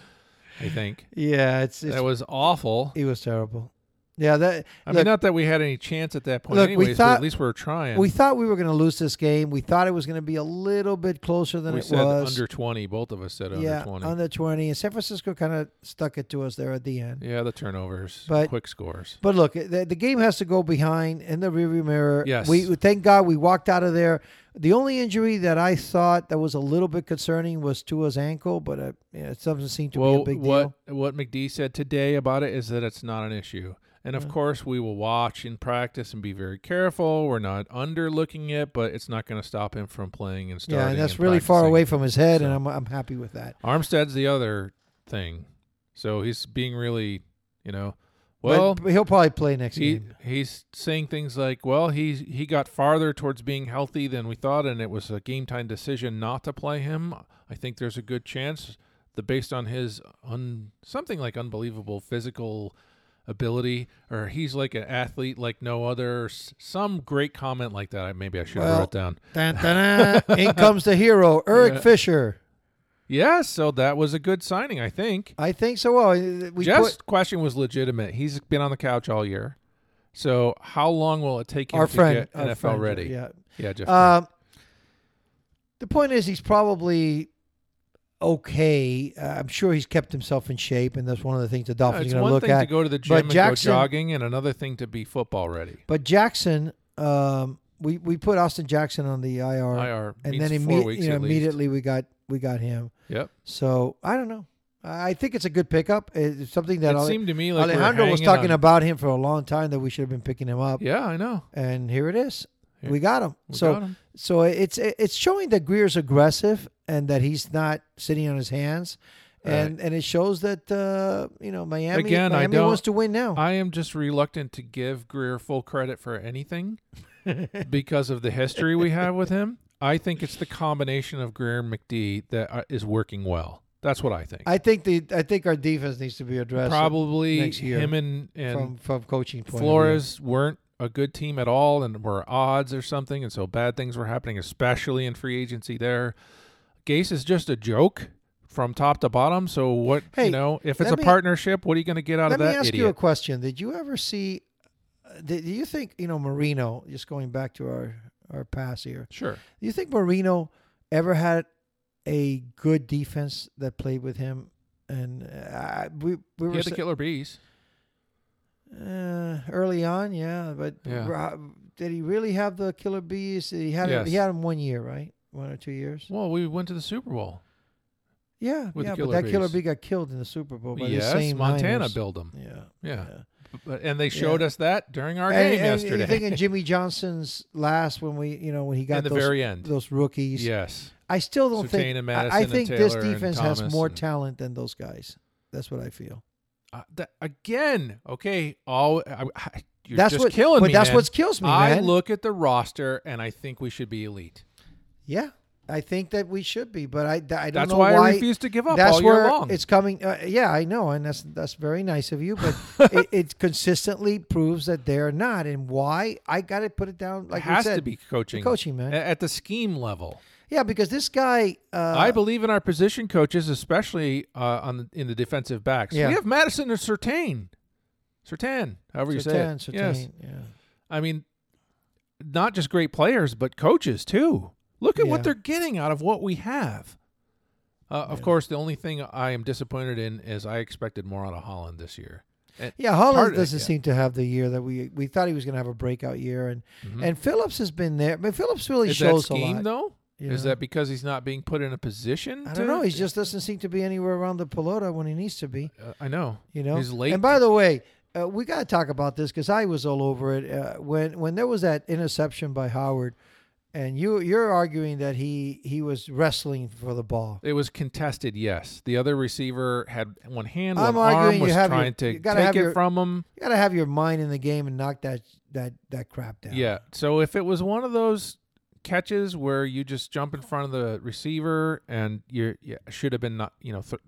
[SPEAKER 2] I think
[SPEAKER 3] Yeah, it's, it's
[SPEAKER 2] that was awful.
[SPEAKER 3] it was terrible. Yeah, that
[SPEAKER 2] I
[SPEAKER 3] look,
[SPEAKER 2] mean, not that we had any chance at that point,
[SPEAKER 3] Look, we
[SPEAKER 2] anyways. but
[SPEAKER 3] thought-
[SPEAKER 2] at least we were trying.
[SPEAKER 3] we thought we were going to lose this game. We thought it was going to be a little bit closer than
[SPEAKER 2] We
[SPEAKER 3] it
[SPEAKER 2] said
[SPEAKER 3] was.
[SPEAKER 2] under twenty. Both of us said under
[SPEAKER 3] yeah,
[SPEAKER 2] twenty.
[SPEAKER 3] under 20. And San Francisco kind of stuck it to us there at the end.
[SPEAKER 2] yeah, the turnovers,
[SPEAKER 3] But-
[SPEAKER 2] quick scores.
[SPEAKER 3] But look, eh, the, the game has to go behind in the rearview mirror.
[SPEAKER 2] Yes.
[SPEAKER 3] We thank God we walked out of there. The only injury that I thought that was a little bit concerning was Tua's ankle, but uh, yeah, it doesn't seem to
[SPEAKER 2] well,
[SPEAKER 3] be a big
[SPEAKER 2] what
[SPEAKER 3] deal.
[SPEAKER 2] what McD said today about it is that it's not an issue. And of course, we will watch and practice and be very careful. We're not underlooking it, but it's not going to stop him from playing and starting.
[SPEAKER 3] Yeah, and that's really far
[SPEAKER 2] practicing.
[SPEAKER 3] away from his head, and I'm I'm happy with that.
[SPEAKER 2] Armstead's the other thing. So he's being really, you know, well,
[SPEAKER 3] but he'll probably play next
[SPEAKER 2] he
[SPEAKER 3] game.
[SPEAKER 2] he's saying things like, well, he he got farther towards being healthy than we thought and it was a game time decision not to play him. I think there's a good chance that based on his un, something like unbelievable physical ability or he's like an athlete like no other s- some great comment like that I maybe I should have
[SPEAKER 3] Well-
[SPEAKER 2] wrote down.
[SPEAKER 3] Dun, dun, dun. In comes the hero, Eric Fisher.
[SPEAKER 2] Yeah, so that was a good signing, I think.
[SPEAKER 3] I think so. Well, uh, we
[SPEAKER 2] Jeff's
[SPEAKER 3] put
[SPEAKER 2] question was legitimate. He's been on the couch all year. So how long will it take him
[SPEAKER 3] our
[SPEAKER 2] to
[SPEAKER 3] friend
[SPEAKER 2] get
[SPEAKER 3] our
[SPEAKER 2] NFL
[SPEAKER 3] friend,
[SPEAKER 2] ready?
[SPEAKER 3] Yeah. Uh,
[SPEAKER 2] yeah, Jeff.
[SPEAKER 3] Um, the point is, he's probably okay. Uh, I'm sure he's kept himself in shape, and that's one of the things the Dolphins
[SPEAKER 2] it's
[SPEAKER 3] are going
[SPEAKER 2] one
[SPEAKER 3] look
[SPEAKER 2] thing
[SPEAKER 3] at.
[SPEAKER 2] to go to the gym
[SPEAKER 3] but
[SPEAKER 2] and
[SPEAKER 3] Jackson,
[SPEAKER 2] go jogging, and another thing to be football ready.
[SPEAKER 3] But Jackson, um, we we put Austin Jackson on the IR,
[SPEAKER 2] IR
[SPEAKER 3] and
[SPEAKER 2] means
[SPEAKER 3] then
[SPEAKER 2] four
[SPEAKER 3] imme-
[SPEAKER 2] weeks
[SPEAKER 3] you know,
[SPEAKER 2] at least.
[SPEAKER 3] immediately we got we got him.
[SPEAKER 2] Yep.
[SPEAKER 3] So I don't know. I I think it's a good pickup. It's something that
[SPEAKER 2] it
[SPEAKER 3] Ale-
[SPEAKER 2] seemed to me like we were
[SPEAKER 3] Alejandro was
[SPEAKER 2] hanging
[SPEAKER 3] talking
[SPEAKER 2] on-
[SPEAKER 3] about him for a long time that we should have been picking him up.
[SPEAKER 2] Yeah, I know.
[SPEAKER 3] And here it is.
[SPEAKER 2] Here-
[SPEAKER 3] We got him.
[SPEAKER 2] We
[SPEAKER 3] so
[SPEAKER 2] got him.
[SPEAKER 3] so it's it's showing that Greer's aggressive and that he's not sitting on his hands. And and it shows that uh, you know Miami
[SPEAKER 2] Again, I
[SPEAKER 3] Miami
[SPEAKER 2] don't-
[SPEAKER 3] wants to win now.
[SPEAKER 2] I am just reluctant to give Greer full credit for anything because of the history we have with him. I think it's the combination of Greer and McD that uh, is working well. That's what I think.
[SPEAKER 3] I think the I think our defense needs to be addressed
[SPEAKER 2] Probably
[SPEAKER 3] next year
[SPEAKER 2] him and,
[SPEAKER 3] from
[SPEAKER 2] and
[SPEAKER 3] from coaching point Of
[SPEAKER 2] Flores weren't a good team at all and were odds or something, and so bad things were happening, especially in free agency there. Gase is just a joke from top to bottom. So what
[SPEAKER 3] Hey,
[SPEAKER 2] you know, if it's
[SPEAKER 3] let
[SPEAKER 2] a
[SPEAKER 3] me-
[SPEAKER 2] partnership, what are you going to get out
[SPEAKER 3] view.
[SPEAKER 2] of
[SPEAKER 3] Let
[SPEAKER 2] that
[SPEAKER 3] me ask
[SPEAKER 2] idiot?
[SPEAKER 3] you a question. Did you ever see? uh, Did, do you think you know Marino? Just going back to our our pass here.
[SPEAKER 2] Sure.
[SPEAKER 3] Do you think Marino ever had a good defense that played with him? And uh, we we
[SPEAKER 2] He
[SPEAKER 3] were
[SPEAKER 2] had the killer bees.
[SPEAKER 3] uh, early on, yeah, but
[SPEAKER 2] Yeah.
[SPEAKER 3] Ro- did he really have the killer bees? He had him, he
[SPEAKER 2] Yes.
[SPEAKER 3] had him one year, right? One or two years.
[SPEAKER 2] Well, we went to the Super Bowl.
[SPEAKER 3] Yeah,
[SPEAKER 2] With the
[SPEAKER 3] yeah, but
[SPEAKER 2] killer
[SPEAKER 3] that killer
[SPEAKER 2] bees.
[SPEAKER 3] bee got killed in the Super Bowl by the
[SPEAKER 2] yes,
[SPEAKER 3] same
[SPEAKER 2] Montana
[SPEAKER 3] Niners.
[SPEAKER 2] billed them.
[SPEAKER 3] Yeah,
[SPEAKER 2] Yeah. But, and they showed
[SPEAKER 3] Yeah.
[SPEAKER 2] us that during our
[SPEAKER 3] And-
[SPEAKER 2] game
[SPEAKER 3] and
[SPEAKER 2] yesterday.
[SPEAKER 3] You think in Jimmy Johnson's last when we, you know, when he got
[SPEAKER 2] In the
[SPEAKER 3] those,
[SPEAKER 2] very end.
[SPEAKER 3] those rookies.
[SPEAKER 2] yes.
[SPEAKER 3] I still don't
[SPEAKER 2] Surtain
[SPEAKER 3] think.
[SPEAKER 2] and
[SPEAKER 3] I- I,
[SPEAKER 2] Madison and
[SPEAKER 3] think this
[SPEAKER 2] Taylor and
[SPEAKER 3] defense has
[SPEAKER 2] Thomas
[SPEAKER 3] more
[SPEAKER 2] and-
[SPEAKER 3] talent than those guys. That's what I feel.
[SPEAKER 2] Uh, that, again, okay. All I, I, you're
[SPEAKER 3] That's
[SPEAKER 2] just
[SPEAKER 3] what-
[SPEAKER 2] killing
[SPEAKER 3] but
[SPEAKER 2] me.
[SPEAKER 3] that's
[SPEAKER 2] man.
[SPEAKER 3] what kills me,
[SPEAKER 2] I
[SPEAKER 3] man.
[SPEAKER 2] look at the roster and I think we should be elite.
[SPEAKER 3] Yeah, I think that we should be, but I, I don't
[SPEAKER 2] That's
[SPEAKER 3] know
[SPEAKER 2] why I
[SPEAKER 3] why
[SPEAKER 2] refuse to give up
[SPEAKER 3] That's
[SPEAKER 2] all year
[SPEAKER 3] where
[SPEAKER 2] long.
[SPEAKER 3] it's coming. Uh, yeah, I know, and that's that's very nice of you, but it, it consistently proves that they're not. And why I got to put it down like
[SPEAKER 2] it
[SPEAKER 3] we
[SPEAKER 2] has
[SPEAKER 3] said,
[SPEAKER 2] to be coaching,
[SPEAKER 3] the coaching, man.
[SPEAKER 2] A- at the scheme level.
[SPEAKER 3] yeah, because this guy, uh,
[SPEAKER 2] I believe in our position coaches, especially uh, on the, in the defensive backs.
[SPEAKER 3] Yeah.
[SPEAKER 2] We have Madison and Sertain, Sertan, however you say it.
[SPEAKER 3] Sertan,
[SPEAKER 2] Yes,
[SPEAKER 3] Sertan, yeah.
[SPEAKER 2] I mean, not just great players, but coaches too. Look at
[SPEAKER 3] Yeah.
[SPEAKER 2] what they're getting out of what we have. Uh, Of course, the only thing I am disappointed in is I expected more out of Holland this year. And
[SPEAKER 3] Yeah,
[SPEAKER 2] part
[SPEAKER 3] Holland
[SPEAKER 2] of that,
[SPEAKER 3] doesn't
[SPEAKER 2] yeah.
[SPEAKER 3] seem to have the year that we we thought he was going to have a breakout year, and and Phillips has been there, but Phillips really
[SPEAKER 2] Mm-hmm. Is that
[SPEAKER 3] shows a
[SPEAKER 2] scheme
[SPEAKER 3] lot.
[SPEAKER 2] though?
[SPEAKER 3] you
[SPEAKER 2] Is
[SPEAKER 3] know?
[SPEAKER 2] that because he's not being put in a position?
[SPEAKER 3] I
[SPEAKER 2] to-
[SPEAKER 3] don't know. He just doesn't seem to be anywhere around the pelota when he needs to be.
[SPEAKER 2] Uh, I know.
[SPEAKER 3] You know,
[SPEAKER 2] he's late.
[SPEAKER 3] And by the way, uh, we got to talk about this because I was all over it uh, when when there was that interception by Howard, and you you're arguing that he he was wrestling for the ball.
[SPEAKER 2] It was contested, yes. The other receiver had one hand,
[SPEAKER 3] I'm
[SPEAKER 2] one arm,
[SPEAKER 3] arguing you
[SPEAKER 2] was
[SPEAKER 3] have your-
[SPEAKER 2] trying
[SPEAKER 3] you
[SPEAKER 2] to
[SPEAKER 3] gotta
[SPEAKER 2] take
[SPEAKER 3] have
[SPEAKER 2] it
[SPEAKER 3] your-
[SPEAKER 2] from him.
[SPEAKER 3] You got to have your mind in the game and knock that that that crap down.
[SPEAKER 2] Yeah. So if it was one of those catches where you just jump in front of the receiver and you yeah, should have been not, you know, th-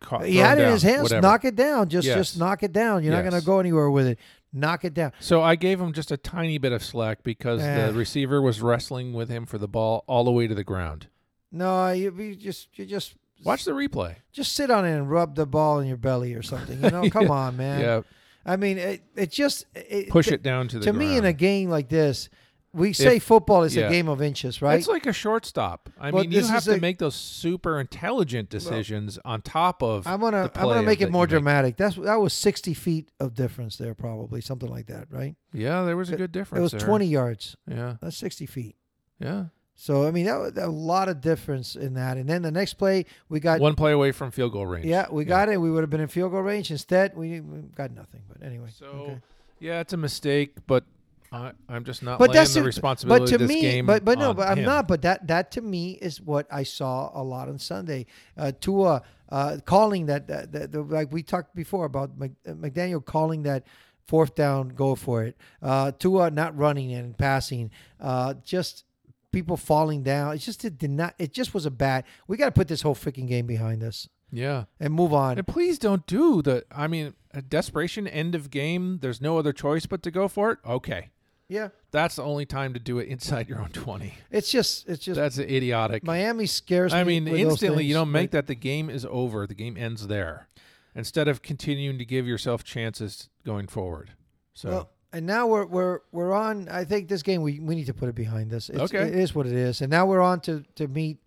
[SPEAKER 2] caught.
[SPEAKER 3] He had
[SPEAKER 2] thrown
[SPEAKER 3] it in his
[SPEAKER 2] down,
[SPEAKER 3] hands.
[SPEAKER 2] whatever.
[SPEAKER 3] Knock it down. Just
[SPEAKER 2] Yes.
[SPEAKER 3] just knock it down. You're not going
[SPEAKER 2] Yes.
[SPEAKER 3] to go anywhere with it. Knock it down.
[SPEAKER 2] So I gave him just a tiny bit of slack because
[SPEAKER 3] Eh.
[SPEAKER 2] the receiver was wrestling with him for the ball all the way to the ground.
[SPEAKER 3] No, you, you just you just
[SPEAKER 2] Watch the replay.
[SPEAKER 3] just sit on it and rub the ball in your belly or something. You know, come on, man.
[SPEAKER 2] Yeah.
[SPEAKER 3] I mean, it, it just it,
[SPEAKER 2] Push it down to the
[SPEAKER 3] to me in a
[SPEAKER 2] ground.
[SPEAKER 3] game like this, we say football is
[SPEAKER 2] yeah.
[SPEAKER 3] a game of inches, right?
[SPEAKER 2] It's like a shortstop. I
[SPEAKER 3] Well,
[SPEAKER 2] mean, you
[SPEAKER 3] this
[SPEAKER 2] have
[SPEAKER 3] is
[SPEAKER 2] to
[SPEAKER 3] a-
[SPEAKER 2] make those super intelligent decisions on top of.
[SPEAKER 3] I'm gonna
[SPEAKER 2] the
[SPEAKER 3] I'm gonna
[SPEAKER 2] play
[SPEAKER 3] make
[SPEAKER 2] that
[SPEAKER 3] it more
[SPEAKER 2] you make.
[SPEAKER 3] dramatic. That's that was 60 feet of difference there, probably something like that, right?
[SPEAKER 2] Yeah, there was a good difference.
[SPEAKER 3] It was
[SPEAKER 2] there.
[SPEAKER 3] 20 yards.
[SPEAKER 2] Yeah,
[SPEAKER 3] That's 60 feet.
[SPEAKER 2] yeah.
[SPEAKER 3] So I mean, that was a lot of difference in that. And then the next play, we got
[SPEAKER 2] One play away from field goal range.
[SPEAKER 3] yeah, we got it. We would have been in field goal range. Instead, we, we got nothing. But anyway,
[SPEAKER 2] So,
[SPEAKER 3] okay.
[SPEAKER 2] yeah, it's a mistake, but I, I'm just not.
[SPEAKER 3] but
[SPEAKER 2] laying
[SPEAKER 3] that's
[SPEAKER 2] the
[SPEAKER 3] it.
[SPEAKER 2] responsibility
[SPEAKER 3] But to
[SPEAKER 2] of this
[SPEAKER 3] me,
[SPEAKER 2] game.
[SPEAKER 3] but but no,
[SPEAKER 2] on
[SPEAKER 3] but I'm
[SPEAKER 2] him.
[SPEAKER 3] not. But that that to me is what I saw a lot on Sunday. Uh, Tua uh, calling that, that, that, that- like we talked before about Mc, uh, McDaniel calling that fourth down, go for it. Uh, Tua not running and passing, uh, just people falling down. It just it did not. It just was a bad. We got to put this whole freaking game behind us
[SPEAKER 2] Yeah,
[SPEAKER 3] and move on.
[SPEAKER 2] and please don't do the. I mean, a desperation end of game. There's no other choice but to go for it. Okay,
[SPEAKER 3] yeah,
[SPEAKER 2] that's the only time to do it inside your own 20.
[SPEAKER 3] it's just it's just
[SPEAKER 2] That's idiotic.
[SPEAKER 3] Miami scares me.
[SPEAKER 2] I mean,
[SPEAKER 3] with those
[SPEAKER 2] instantly you
[SPEAKER 3] things,
[SPEAKER 2] don't
[SPEAKER 3] but-
[SPEAKER 2] make that. The game is over. The game ends there, instead of continuing to give yourself chances going forward. So
[SPEAKER 3] Well, and now we're we're we're on. I think this game we, we need to put it behind us. It's,
[SPEAKER 2] Okay.
[SPEAKER 3] it is what it is. And now we're on to to meet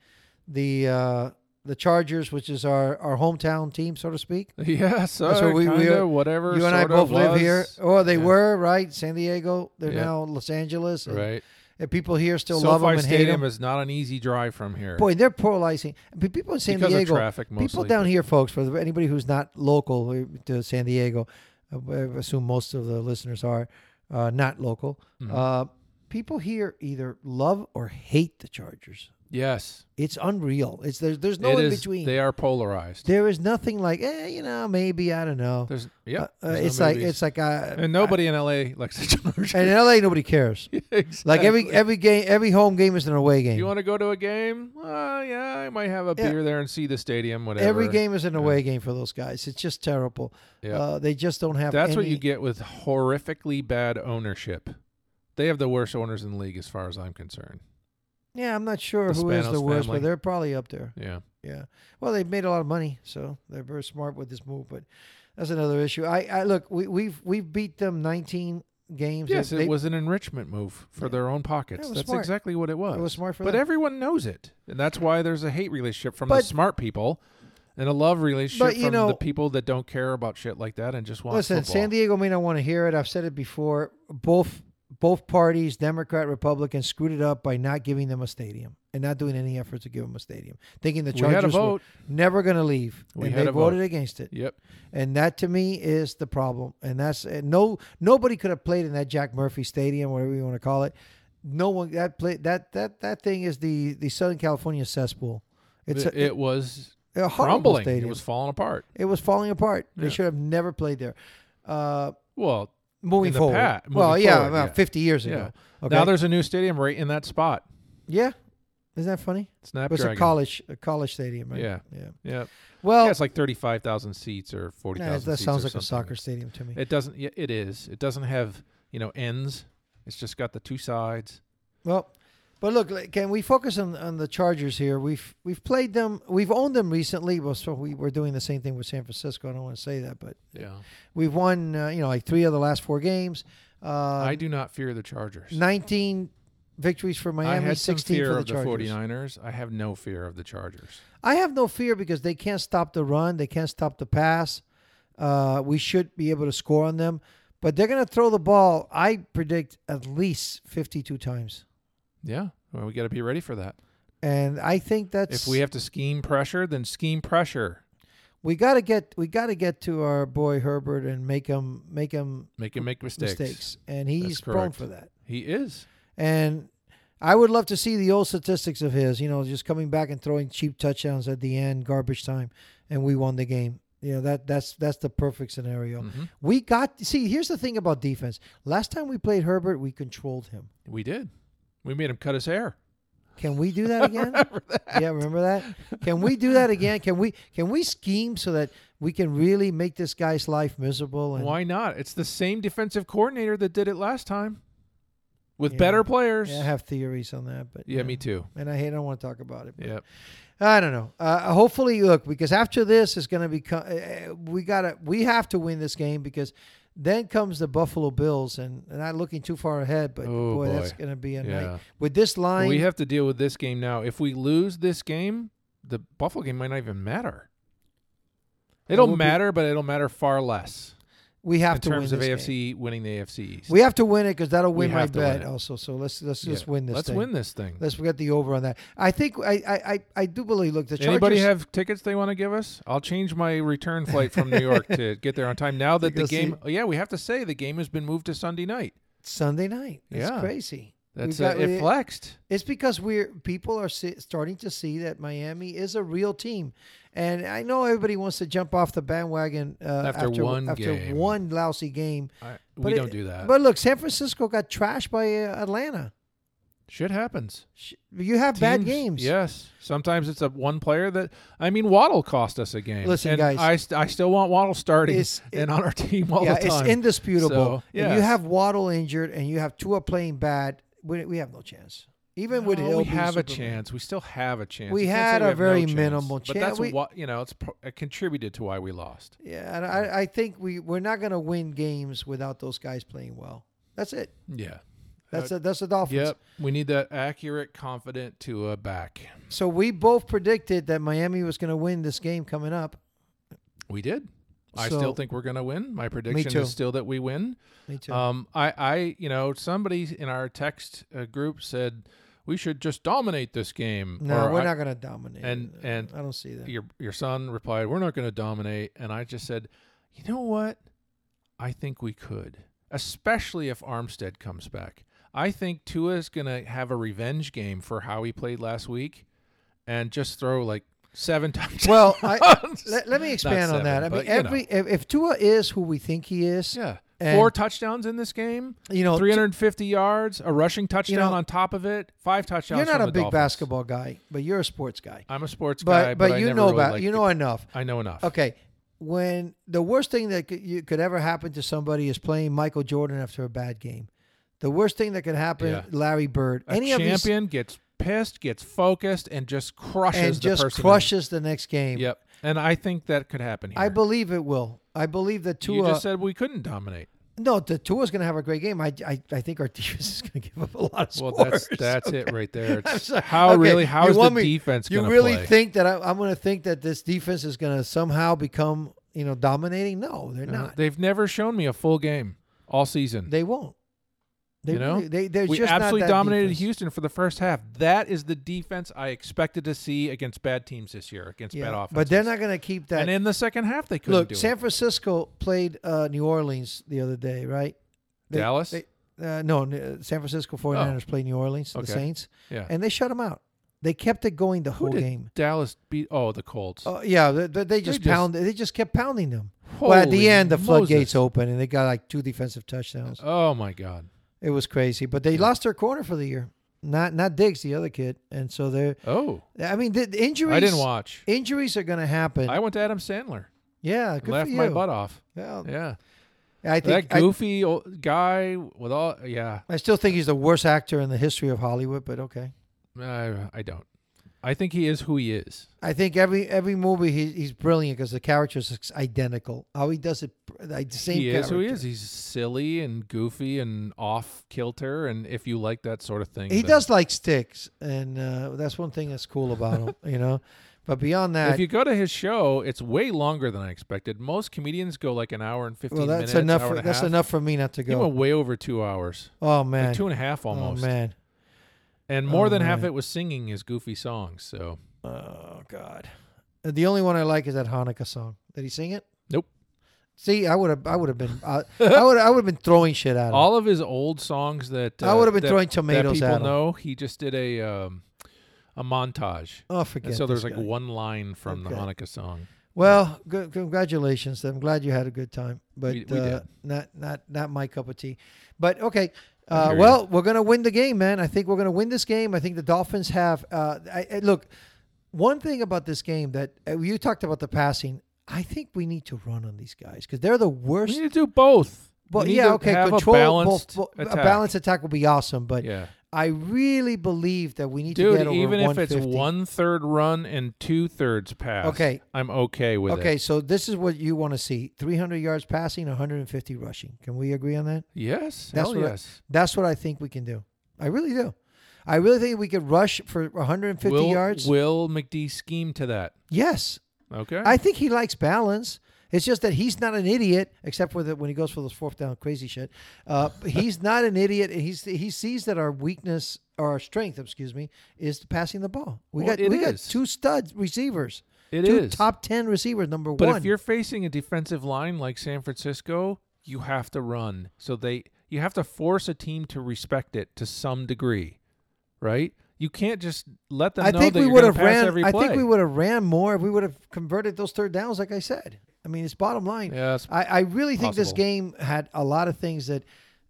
[SPEAKER 3] the uh, the Chargers, which is our, our hometown team, so to speak.
[SPEAKER 2] Yeah, so
[SPEAKER 3] That's where we- we
[SPEAKER 2] kinda,
[SPEAKER 3] are-
[SPEAKER 2] whatever.
[SPEAKER 3] you and I
[SPEAKER 2] sorta
[SPEAKER 3] both live here. Oh,
[SPEAKER 2] was.
[SPEAKER 3] Or they
[SPEAKER 2] Yeah.
[SPEAKER 3] were, right? San Diego. They're
[SPEAKER 2] Yeah.
[SPEAKER 3] now Los Angeles. And,
[SPEAKER 2] right.
[SPEAKER 3] and people here still
[SPEAKER 2] SoFi
[SPEAKER 3] love them and hate
[SPEAKER 2] Stadium
[SPEAKER 3] them.
[SPEAKER 2] is not an easy drive from here.
[SPEAKER 3] Boy, they're polarizing. But people in San
[SPEAKER 2] Because of
[SPEAKER 3] Diego,
[SPEAKER 2] traffic
[SPEAKER 3] people
[SPEAKER 2] mostly.
[SPEAKER 3] down here, folks, for anybody who's not local uh, to San Diego, uh, I assume most of the listeners are uh, not local.
[SPEAKER 2] Mm-hmm.
[SPEAKER 3] Uh, people here either love or hate the Chargers.
[SPEAKER 2] yes,
[SPEAKER 3] It's unreal. It's there's there's no
[SPEAKER 2] it
[SPEAKER 3] in
[SPEAKER 2] is-
[SPEAKER 3] between.
[SPEAKER 2] They are polarized.
[SPEAKER 3] there is nothing like eh, you know, maybe I don't know.
[SPEAKER 2] There's yeah.
[SPEAKER 3] Uh, uh, it's like it's like uh,
[SPEAKER 2] and nobody in LA likes the Chargers.
[SPEAKER 3] and in LA nobody cares.
[SPEAKER 2] exactly.
[SPEAKER 3] Like every every game, every home game is an away game.
[SPEAKER 2] You want to go to a game? Uh, yeah, I might have a
[SPEAKER 3] Yeah.
[SPEAKER 2] beer there and see the stadium. Whatever.
[SPEAKER 3] Every game is an away game for those guys. It's just terrible.
[SPEAKER 2] Yeah.
[SPEAKER 3] Uh, they just don't have.
[SPEAKER 2] That's what
[SPEAKER 3] any-
[SPEAKER 2] you get with horrifically bad ownership. They have the worst owners in the league, as far as I'm concerned.
[SPEAKER 3] Yeah, I'm not sure
[SPEAKER 2] The
[SPEAKER 3] who is the
[SPEAKER 2] Spanos
[SPEAKER 3] worst,
[SPEAKER 2] family.
[SPEAKER 3] but they're probably up there.
[SPEAKER 2] Yeah.
[SPEAKER 3] Yeah. Well, they've made a lot of money, so they're very smart with this move. But that's another issue. I, I look, we, we've we've beat them 19 games.
[SPEAKER 2] Yes,
[SPEAKER 3] They-
[SPEAKER 2] it
[SPEAKER 3] they-
[SPEAKER 2] was an enrichment move for their own pockets.
[SPEAKER 3] Yeah, it was
[SPEAKER 2] that's
[SPEAKER 3] smart.
[SPEAKER 2] exactly what it was.
[SPEAKER 3] was smart for
[SPEAKER 2] But
[SPEAKER 3] them.
[SPEAKER 2] everyone knows it, and that's why there's a hate relationship from the
[SPEAKER 3] But-
[SPEAKER 2] smart people, and a love relationship
[SPEAKER 3] But, you
[SPEAKER 2] from
[SPEAKER 3] know-
[SPEAKER 2] the people that don't care about shit like that and just want
[SPEAKER 3] Listen,
[SPEAKER 2] football.
[SPEAKER 3] San Diego may not want to hear it. I've said it before. Both both parties, Democrat, Republican, screwed it up by not giving them a stadium and not doing any effort to give them a stadium, thinking the
[SPEAKER 2] We had a
[SPEAKER 3] Chargers
[SPEAKER 2] vote.
[SPEAKER 3] were never going to leave,
[SPEAKER 2] We
[SPEAKER 3] and
[SPEAKER 2] had
[SPEAKER 3] they
[SPEAKER 2] a vote.
[SPEAKER 3] voted against it.
[SPEAKER 2] Yep.
[SPEAKER 3] And that to me is the problem. And that's and no nobody could have played in that Jack Murphy Stadium, whatever you want to call it. No one that play that that that thing is the the Southern California cesspool. It's
[SPEAKER 2] it,
[SPEAKER 3] a,
[SPEAKER 2] it was
[SPEAKER 3] a horrible
[SPEAKER 2] crumbling.
[SPEAKER 3] stadium.
[SPEAKER 2] It was falling apart.
[SPEAKER 3] falling apart.
[SPEAKER 2] Yeah.
[SPEAKER 3] They should have never played there. Uh,
[SPEAKER 2] Well,
[SPEAKER 3] moving
[SPEAKER 2] In the
[SPEAKER 3] forward.
[SPEAKER 2] pa- moving
[SPEAKER 3] well, yeah,
[SPEAKER 2] forward,
[SPEAKER 3] about
[SPEAKER 2] yeah.
[SPEAKER 3] 50 years
[SPEAKER 2] yeah.
[SPEAKER 3] ago. Okay.
[SPEAKER 2] Now there's a new stadium right in that spot.
[SPEAKER 3] yeah. Isn't that funny? But it's
[SPEAKER 2] Snapdragon.
[SPEAKER 3] a college a college stadium, right?
[SPEAKER 2] Yeah.
[SPEAKER 3] Yeah.
[SPEAKER 2] Yeah.
[SPEAKER 3] Well,
[SPEAKER 2] yeah, it's like thirty-five thousand seats or forty
[SPEAKER 3] nah,
[SPEAKER 2] thousand.
[SPEAKER 3] that
[SPEAKER 2] seats
[SPEAKER 3] sounds
[SPEAKER 2] or
[SPEAKER 3] like a
[SPEAKER 2] something.
[SPEAKER 3] soccer stadium to me.
[SPEAKER 2] It doesn't. yeah, It is. It doesn't have you know ends. It's just got the two sides.
[SPEAKER 3] Well, but look, like, can we focus on, on the Chargers here? We've we've played them, we've owned them recently. Well, so we were doing the same thing with San Francisco. I don't want to say that, but
[SPEAKER 2] Yeah.
[SPEAKER 3] we've won, uh, you know, like three of the last four games. Uh,
[SPEAKER 2] I do not fear the Chargers.
[SPEAKER 3] 19 victories for
[SPEAKER 2] I
[SPEAKER 3] Miami,
[SPEAKER 2] had some
[SPEAKER 3] 16
[SPEAKER 2] fear
[SPEAKER 3] for the
[SPEAKER 2] of the
[SPEAKER 3] Chargers.
[SPEAKER 2] 49ers. I have no fear of the Chargers.
[SPEAKER 3] I have no fear because they can't stop the run. They can't stop the pass. Uh, we should be able to score on them, but they're going to throw the ball. I predict at least fifty-two times,
[SPEAKER 2] Yeah. Well, we got to be ready for that.
[SPEAKER 3] and I think that's
[SPEAKER 2] If we have to scheme pressure, then scheme pressure.
[SPEAKER 3] we got to get we got to get to our boy Herbert and make him make him
[SPEAKER 2] Make him make mistakes.
[SPEAKER 3] mistakes, and he's
[SPEAKER 2] That's
[SPEAKER 3] prone
[SPEAKER 2] correct.
[SPEAKER 3] for that.
[SPEAKER 2] He is.
[SPEAKER 3] And I would love to see the old statistics of his, you know, just coming back and throwing cheap touchdowns at the end, garbage time, and we won the game. You know, that that's that's the perfect scenario.
[SPEAKER 2] Mm-hmm.
[SPEAKER 3] We got see, here's the thing about defense. Last time we played Herbert, we controlled him.
[SPEAKER 2] We did. We made him cut his hair.
[SPEAKER 3] Can we do that again? Yeah, remember that? Can we do that again? Can we can we scheme so that we can really make this guy's life miserable and
[SPEAKER 2] Why not? It's the same defensive coordinator that did it last time with better players.
[SPEAKER 3] Yeah, I have theories on that, but
[SPEAKER 2] Yeah, me too.
[SPEAKER 3] And I hate I don't want to talk about it. but-
[SPEAKER 2] Yep.
[SPEAKER 3] I don't know. Uh, hopefully, look because after this is going to become uh, we gotta we have to win this game because then comes the Buffalo Bills and, and not looking too far ahead, but
[SPEAKER 2] Oh,
[SPEAKER 3] boy, that's
[SPEAKER 2] boy.
[SPEAKER 3] going to be a
[SPEAKER 2] Yeah.
[SPEAKER 3] night with this line.
[SPEAKER 2] we have to deal with this game now. If we lose this game, the Buffalo game might not even matter. It'll
[SPEAKER 3] will be-
[SPEAKER 2] matter, but it'll matter far less
[SPEAKER 3] we have
[SPEAKER 2] in
[SPEAKER 3] to
[SPEAKER 2] terms
[SPEAKER 3] win
[SPEAKER 2] of
[SPEAKER 3] this
[SPEAKER 2] AFC
[SPEAKER 3] game.
[SPEAKER 2] winning the AFC East.
[SPEAKER 3] We have to win it because that'll
[SPEAKER 2] We
[SPEAKER 3] win my
[SPEAKER 2] have to win
[SPEAKER 3] bet
[SPEAKER 2] it.
[SPEAKER 3] also. So let's let's
[SPEAKER 2] Yeah.
[SPEAKER 3] just win this.
[SPEAKER 2] Let's
[SPEAKER 3] thing.
[SPEAKER 2] win this thing.
[SPEAKER 3] Let's get the over on that. I think I I I, I do believe. Look, the Chargers.
[SPEAKER 2] Anybody have tickets they want to give us? I'll change my return flight from New York to get there on time. Now that the
[SPEAKER 3] Go see-
[SPEAKER 2] game, oh, yeah, we have to say the game has been moved to Sunday night.
[SPEAKER 3] Sunday night? That's
[SPEAKER 2] Yeah.
[SPEAKER 3] crazy.
[SPEAKER 2] That's
[SPEAKER 3] We've
[SPEAKER 2] uh,
[SPEAKER 3] got-
[SPEAKER 2] it flexed.
[SPEAKER 3] It's because we're people are see, starting to see that Miami is a real team, and I know everybody wants to jump off the bandwagon uh,
[SPEAKER 2] After one
[SPEAKER 3] after
[SPEAKER 2] game.
[SPEAKER 3] one lousy game.
[SPEAKER 2] I,
[SPEAKER 3] But
[SPEAKER 2] we
[SPEAKER 3] it-
[SPEAKER 2] don't do that.
[SPEAKER 3] But look, San Francisco got trashed by uh, Atlanta.
[SPEAKER 2] Shit happens.
[SPEAKER 3] Sh- You have bad
[SPEAKER 2] Teams-
[SPEAKER 3] games.
[SPEAKER 2] Yes. Sometimes it's a one player that I mean Waddle cost us a game.
[SPEAKER 3] Listen,
[SPEAKER 2] and
[SPEAKER 3] guys.
[SPEAKER 2] I, st- I still want Waddle starting
[SPEAKER 3] It's-
[SPEAKER 2] and on our team all
[SPEAKER 3] yeah,
[SPEAKER 2] the time.
[SPEAKER 3] it's indisputable.
[SPEAKER 2] So, yes.
[SPEAKER 3] If you have Waddle injured and you have Tua playing bad, we, we have no chance. Even with
[SPEAKER 2] No,
[SPEAKER 3] Hill
[SPEAKER 2] we
[SPEAKER 3] being
[SPEAKER 2] have a
[SPEAKER 3] Superman.
[SPEAKER 2] chance. We still have a chance.
[SPEAKER 3] We
[SPEAKER 2] You can't
[SPEAKER 3] had
[SPEAKER 2] say
[SPEAKER 3] a
[SPEAKER 2] have
[SPEAKER 3] very
[SPEAKER 2] no chance.
[SPEAKER 3] minimal
[SPEAKER 2] But
[SPEAKER 3] chance.
[SPEAKER 2] that's
[SPEAKER 3] We-
[SPEAKER 2] what you know. It's pro- it contributed to why we lost.
[SPEAKER 3] Yeah, and I, I think we we're not going to win games without those guys playing well. That's it.
[SPEAKER 2] Yeah.
[SPEAKER 3] That's the that's the Dolphins.
[SPEAKER 2] Uh, Yep, we need that accurate, confident to a back.
[SPEAKER 3] So we both predicted that Miami was going to win this game coming up.
[SPEAKER 2] We did. I
[SPEAKER 3] So-
[SPEAKER 2] still think we're going to win. My prediction
[SPEAKER 3] too.
[SPEAKER 2] is still that we win.
[SPEAKER 3] Me too.
[SPEAKER 2] Um, I, I, you know, somebody in our text uh, group said we should just dominate this game.
[SPEAKER 3] no,
[SPEAKER 2] Or
[SPEAKER 3] we're
[SPEAKER 2] I-
[SPEAKER 3] not going to dominate.
[SPEAKER 2] and- and
[SPEAKER 3] I don't see that.
[SPEAKER 2] Your your son replied, "We're not going to dominate," and I just said, "You know what? I think we could, especially if Armstead comes back. I think Tua is going to have a revenge game for how he played last week, and just throw like seven times.
[SPEAKER 3] Well, I, let, let me expand on that. I mean, every if, if Tua is who we think he is,
[SPEAKER 2] yeah,
[SPEAKER 3] and-
[SPEAKER 2] four touchdowns in this game.
[SPEAKER 3] you know,
[SPEAKER 2] 350 yards, a rushing touchdown
[SPEAKER 3] know,
[SPEAKER 2] on top of it, five touchdowns.
[SPEAKER 3] you're not
[SPEAKER 2] from
[SPEAKER 3] a
[SPEAKER 2] the
[SPEAKER 3] big
[SPEAKER 2] Dolphins.
[SPEAKER 3] basketball guy, but you're a sports guy.
[SPEAKER 2] I'm a sports
[SPEAKER 3] But
[SPEAKER 2] guy,
[SPEAKER 3] but,
[SPEAKER 2] I
[SPEAKER 3] you
[SPEAKER 2] never
[SPEAKER 3] know
[SPEAKER 2] really
[SPEAKER 3] about
[SPEAKER 2] liked
[SPEAKER 3] you
[SPEAKER 2] the-
[SPEAKER 3] know enough.
[SPEAKER 2] I know enough.
[SPEAKER 3] Okay, when the worst thing that could, you could ever happen to somebody is playing Michael Jordan after a bad game. The worst thing that could happen,
[SPEAKER 2] Yeah.
[SPEAKER 3] Larry Bird,
[SPEAKER 2] A
[SPEAKER 3] any of these,
[SPEAKER 2] champion gets pissed, gets focused, and just crushes
[SPEAKER 3] and
[SPEAKER 2] the
[SPEAKER 3] just
[SPEAKER 2] person.
[SPEAKER 3] crushes the next game.
[SPEAKER 2] Yep, and I think that could happen here.
[SPEAKER 3] I believe it will. I believe that Tua.
[SPEAKER 2] you just said we couldn't dominate.
[SPEAKER 3] no, the Tua's going to have a great game. I, I, I think our defense is going to give up a lot of
[SPEAKER 2] Well,
[SPEAKER 3] scores.
[SPEAKER 2] that's that's it right there.
[SPEAKER 3] I'm
[SPEAKER 2] It's
[SPEAKER 3] sorry.
[SPEAKER 2] how
[SPEAKER 3] Okay,
[SPEAKER 2] really how
[SPEAKER 3] you
[SPEAKER 2] is the
[SPEAKER 3] want me-
[SPEAKER 2] defense?
[SPEAKER 3] You
[SPEAKER 2] gonna
[SPEAKER 3] really
[SPEAKER 2] play?
[SPEAKER 3] think that I, I'm going to think that this defense is going to somehow become you know dominating? No, they're
[SPEAKER 2] You know,
[SPEAKER 3] not. They,
[SPEAKER 2] They've never shown me a full game all season.
[SPEAKER 3] won't. They
[SPEAKER 2] you know,
[SPEAKER 3] really- they they're
[SPEAKER 2] we
[SPEAKER 3] just
[SPEAKER 2] absolutely
[SPEAKER 3] not that
[SPEAKER 2] dominated
[SPEAKER 3] defense.
[SPEAKER 2] Houston for the first half. That is the defense I expected to see against bad teams this year, against bad
[SPEAKER 3] Yeah,
[SPEAKER 2] offenses.
[SPEAKER 3] but they're not going to keep that.
[SPEAKER 2] And in the second half, they couldn't
[SPEAKER 3] Look,
[SPEAKER 2] do
[SPEAKER 3] San
[SPEAKER 2] it.
[SPEAKER 3] Francisco played uh, New Orleans the other day, right? They-
[SPEAKER 2] Dallas? Oh.
[SPEAKER 3] they- uh, no, n- uh, San Francisco 49ers played New Orleans, the
[SPEAKER 2] Okay.
[SPEAKER 3] Saints,
[SPEAKER 2] yeah.
[SPEAKER 3] and they shut them out. They kept it going the
[SPEAKER 2] Who
[SPEAKER 3] whole
[SPEAKER 2] did
[SPEAKER 3] game.
[SPEAKER 2] Dallas beat? Oh, the Colts.
[SPEAKER 3] Uh, yeah, they, they- they just
[SPEAKER 2] just-
[SPEAKER 3] pounded. They just kept pounding them. well, at
[SPEAKER 2] Holy
[SPEAKER 3] the end, the floodgates
[SPEAKER 2] Moses.
[SPEAKER 3] open, and they got like two defensive touchdowns.
[SPEAKER 2] Oh my God.
[SPEAKER 3] It was crazy, but they lost their corner for the year. Not not Diggs, the other kid, and so they're.
[SPEAKER 2] Oh,
[SPEAKER 3] I mean, the, the injuries.
[SPEAKER 2] I didn't watch.
[SPEAKER 3] Injuries are going to happen.
[SPEAKER 2] I went to Adam Sandler.
[SPEAKER 3] yeah,
[SPEAKER 2] and
[SPEAKER 3] good
[SPEAKER 2] Left
[SPEAKER 3] for you.
[SPEAKER 2] my butt off.
[SPEAKER 3] Yeah,
[SPEAKER 2] Yeah,
[SPEAKER 3] I think
[SPEAKER 2] that
[SPEAKER 3] I,
[SPEAKER 2] goofy old guy with all. Yeah,
[SPEAKER 3] I still think he's the worst actor in the history of Hollywood, but okay.
[SPEAKER 2] I, I don't. I think he is who he is.
[SPEAKER 3] I think every every movie he, he's brilliant because the character is identical. How he does it, like the same.
[SPEAKER 2] he is who he
[SPEAKER 3] character.
[SPEAKER 2] is. He's silly and goofy and off kilter. And if you like that sort of thing,
[SPEAKER 3] He
[SPEAKER 2] then-
[SPEAKER 3] does like sticks, and uh, that's one thing that's cool about him, you know. But beyond that,
[SPEAKER 2] If you go to his show, it's way longer than I expected. Most comedians go like an hour and fifteen
[SPEAKER 3] well, that's
[SPEAKER 2] minutes.
[SPEAKER 3] enough.
[SPEAKER 2] hour
[SPEAKER 3] For,
[SPEAKER 2] and a
[SPEAKER 3] that's
[SPEAKER 2] half.
[SPEAKER 3] enough for me not to
[SPEAKER 2] He
[SPEAKER 3] go.
[SPEAKER 2] went way over two hours,
[SPEAKER 3] oh man,
[SPEAKER 2] like two and a half almost.
[SPEAKER 3] Oh man,
[SPEAKER 2] And more
[SPEAKER 3] Oh,
[SPEAKER 2] than half
[SPEAKER 3] man.
[SPEAKER 2] it was singing his goofy songs. So
[SPEAKER 3] oh god. The only one I like is that Hanukkah song. Did he sing it?
[SPEAKER 2] Nope.
[SPEAKER 3] See, I would have, I would have been, I I would, I would have been throwing shit at him.
[SPEAKER 2] all of his old songs that uh,
[SPEAKER 3] I would have been
[SPEAKER 2] that-
[SPEAKER 3] throwing
[SPEAKER 2] that
[SPEAKER 3] tomatoes
[SPEAKER 2] people
[SPEAKER 3] at him.
[SPEAKER 2] know, he just did a um, a montage.
[SPEAKER 3] oh, forget.
[SPEAKER 2] And so there's
[SPEAKER 3] this
[SPEAKER 2] like
[SPEAKER 3] guy.
[SPEAKER 2] one line from the
[SPEAKER 3] Okay.
[SPEAKER 2] Hanukkah song.
[SPEAKER 3] Well, good, congratulations. I'm glad you had a good time, but
[SPEAKER 2] We- we
[SPEAKER 3] uh,
[SPEAKER 2] did.
[SPEAKER 3] not not not my cup of tea. But okay,
[SPEAKER 2] I
[SPEAKER 3] uh,
[SPEAKER 2] hear
[SPEAKER 3] well, we're gonna win the game, man. I think we're gonna win this game. I think the Dolphins have. Uh, I, I, look, one thing about this game that uh, you talked about the passing. I think we need to run on these guys because they're the worst.
[SPEAKER 2] We need to do both. We
[SPEAKER 3] well,
[SPEAKER 2] need
[SPEAKER 3] yeah,
[SPEAKER 2] to
[SPEAKER 3] okay,
[SPEAKER 2] have
[SPEAKER 3] control
[SPEAKER 2] a balanced
[SPEAKER 3] both, bo-
[SPEAKER 2] attack.
[SPEAKER 3] a balanced attack would be awesome, but
[SPEAKER 2] Yeah.
[SPEAKER 3] I really believe that we need to get
[SPEAKER 2] Dude,
[SPEAKER 3] over
[SPEAKER 2] even if it's
[SPEAKER 3] 150.
[SPEAKER 2] one third run and two thirds pass,
[SPEAKER 3] Okay.
[SPEAKER 2] I'm okay with
[SPEAKER 3] Okay,
[SPEAKER 2] it.
[SPEAKER 3] so this is what you want to see: 300 yards passing, 150 rushing. Can we agree on that?
[SPEAKER 2] Yes,
[SPEAKER 3] That's
[SPEAKER 2] hell
[SPEAKER 3] what I-
[SPEAKER 2] yes.
[SPEAKER 3] That's what I think we can do. I really do. I really think we could rush for 150
[SPEAKER 2] will,
[SPEAKER 3] yards.
[SPEAKER 2] Will McD scheme to that?
[SPEAKER 3] yes,
[SPEAKER 2] Okay,
[SPEAKER 3] I think he likes balance. It's just that he's not an idiot, except for the, when he goes for those fourth down crazy shit. Uh, he's not an idiot, and he's he sees that our weakness or our strength, excuse me, is passing the ball. We
[SPEAKER 2] Well,
[SPEAKER 3] got
[SPEAKER 2] it
[SPEAKER 3] we got
[SPEAKER 2] is.
[SPEAKER 3] two stud receivers,
[SPEAKER 2] It
[SPEAKER 3] two
[SPEAKER 2] is.
[SPEAKER 3] top ten receivers. Number
[SPEAKER 2] but
[SPEAKER 3] one,
[SPEAKER 2] if you're facing a defensive line like San Francisco, you have to run. So they, you have to force a team to respect it to some degree, right? You can't just let them
[SPEAKER 3] I
[SPEAKER 2] know
[SPEAKER 3] think
[SPEAKER 2] that
[SPEAKER 3] we
[SPEAKER 2] you're
[SPEAKER 3] would
[SPEAKER 2] gonna
[SPEAKER 3] have
[SPEAKER 2] pass
[SPEAKER 3] ran.
[SPEAKER 2] every
[SPEAKER 3] I
[SPEAKER 2] play.
[SPEAKER 3] think we would have ran more if we would have converted those third downs, like I said. I mean, it's bottom line.
[SPEAKER 2] Yeah, that's
[SPEAKER 3] I, I really think this
[SPEAKER 2] possible.
[SPEAKER 3] game had a lot of things that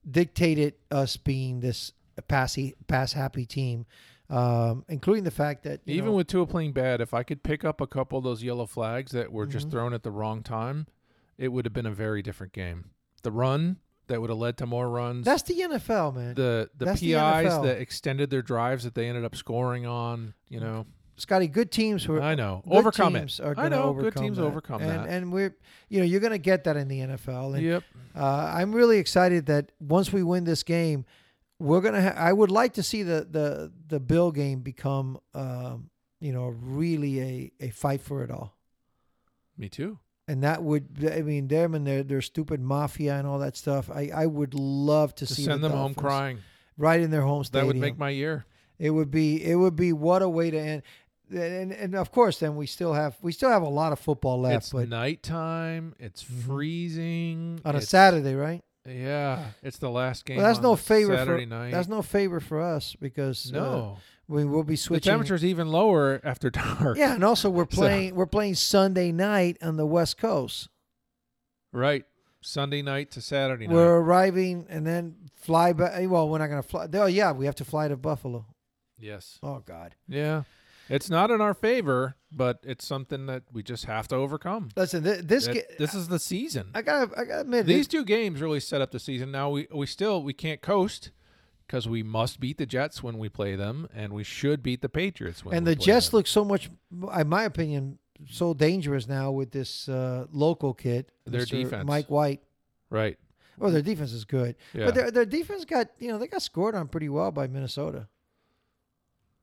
[SPEAKER 3] dictated us being this passy, pass happy team, um, including the fact that you
[SPEAKER 2] Even
[SPEAKER 3] know,
[SPEAKER 2] with Tua playing bad, if I could pick up a couple of those yellow flags that were
[SPEAKER 3] Mm-hmm.
[SPEAKER 2] just thrown at the wrong time, it would have been a very different game. The run that would have led to more runs.
[SPEAKER 3] that's the NFL, man.
[SPEAKER 2] the the
[SPEAKER 3] that's
[SPEAKER 2] PIs
[SPEAKER 3] the NFL.
[SPEAKER 2] that extended their drives that they ended up scoring on, you know.
[SPEAKER 3] Scotty, good teams were.
[SPEAKER 2] I know.
[SPEAKER 3] good
[SPEAKER 2] Overcome it.
[SPEAKER 3] teams Are
[SPEAKER 2] I
[SPEAKER 3] gonna
[SPEAKER 2] know. Good
[SPEAKER 3] Overcome
[SPEAKER 2] teams
[SPEAKER 3] that.
[SPEAKER 2] overcome
[SPEAKER 3] and,
[SPEAKER 2] that.
[SPEAKER 3] And we're, you know, you're going to get that in the NFL. And
[SPEAKER 2] Yep.
[SPEAKER 3] Uh, I'm really excited that once we win this game, we're gonna. Ha- I would like to see the the the Bill game become, um, you know, really a a fight for it all.
[SPEAKER 2] Me too.
[SPEAKER 3] And that would, I mean, them and their their stupid mafia and all that stuff. I I would love to,
[SPEAKER 2] To
[SPEAKER 3] see
[SPEAKER 2] send
[SPEAKER 3] the
[SPEAKER 2] them home
[SPEAKER 3] Dolphins
[SPEAKER 2] crying.
[SPEAKER 3] right in their home
[SPEAKER 2] That
[SPEAKER 3] stadium.
[SPEAKER 2] would make my year.
[SPEAKER 3] It would be. It would be. What a way to end. And and of course, then we still have we still have a lot of football left,
[SPEAKER 2] it's
[SPEAKER 3] but Mm-hmm.
[SPEAKER 2] nighttime. It's freezing.
[SPEAKER 3] on a
[SPEAKER 2] it's-
[SPEAKER 3] Saturday, right?
[SPEAKER 2] Yeah, it's the last game.
[SPEAKER 3] Well, that's
[SPEAKER 2] on
[SPEAKER 3] no favor
[SPEAKER 2] Saturday
[SPEAKER 3] for
[SPEAKER 2] night.
[SPEAKER 3] that's no favor for us because uh,
[SPEAKER 2] no.
[SPEAKER 3] we will be
[SPEAKER 2] the
[SPEAKER 3] switching.
[SPEAKER 2] temperature's even lower after dark.
[SPEAKER 3] Yeah, and also we're
[SPEAKER 2] So-
[SPEAKER 3] playing we're playing Sunday night on the West Coast.
[SPEAKER 2] Right. Sunday night to Saturday night.
[SPEAKER 3] We're arriving and then fly back. Well, we're not going to fly. Oh yeah, we have to fly to Buffalo.
[SPEAKER 2] Yes.
[SPEAKER 3] Oh God.
[SPEAKER 2] Yeah. It's not in our favor, but it's something that we just have to overcome.
[SPEAKER 3] Listen, th- this
[SPEAKER 2] That-
[SPEAKER 3] ga-
[SPEAKER 2] this is the season.
[SPEAKER 3] I got I got to admit
[SPEAKER 2] These
[SPEAKER 3] these.
[SPEAKER 2] two games really set up the season. Now we we still we can't coast because we must beat the Jets when we play them, and we should beat the Patriots when
[SPEAKER 3] and
[SPEAKER 2] we
[SPEAKER 3] the
[SPEAKER 2] play
[SPEAKER 3] Jets
[SPEAKER 2] them.
[SPEAKER 3] look so much, in my opinion, so dangerous now with this uh, local kid,
[SPEAKER 2] Their
[SPEAKER 3] Mr.
[SPEAKER 2] defense.
[SPEAKER 3] Mike White.
[SPEAKER 2] right.
[SPEAKER 3] Oh, their defense is good,
[SPEAKER 2] Yeah.
[SPEAKER 3] but their their defense got you know they got scored on pretty well by Minnesota.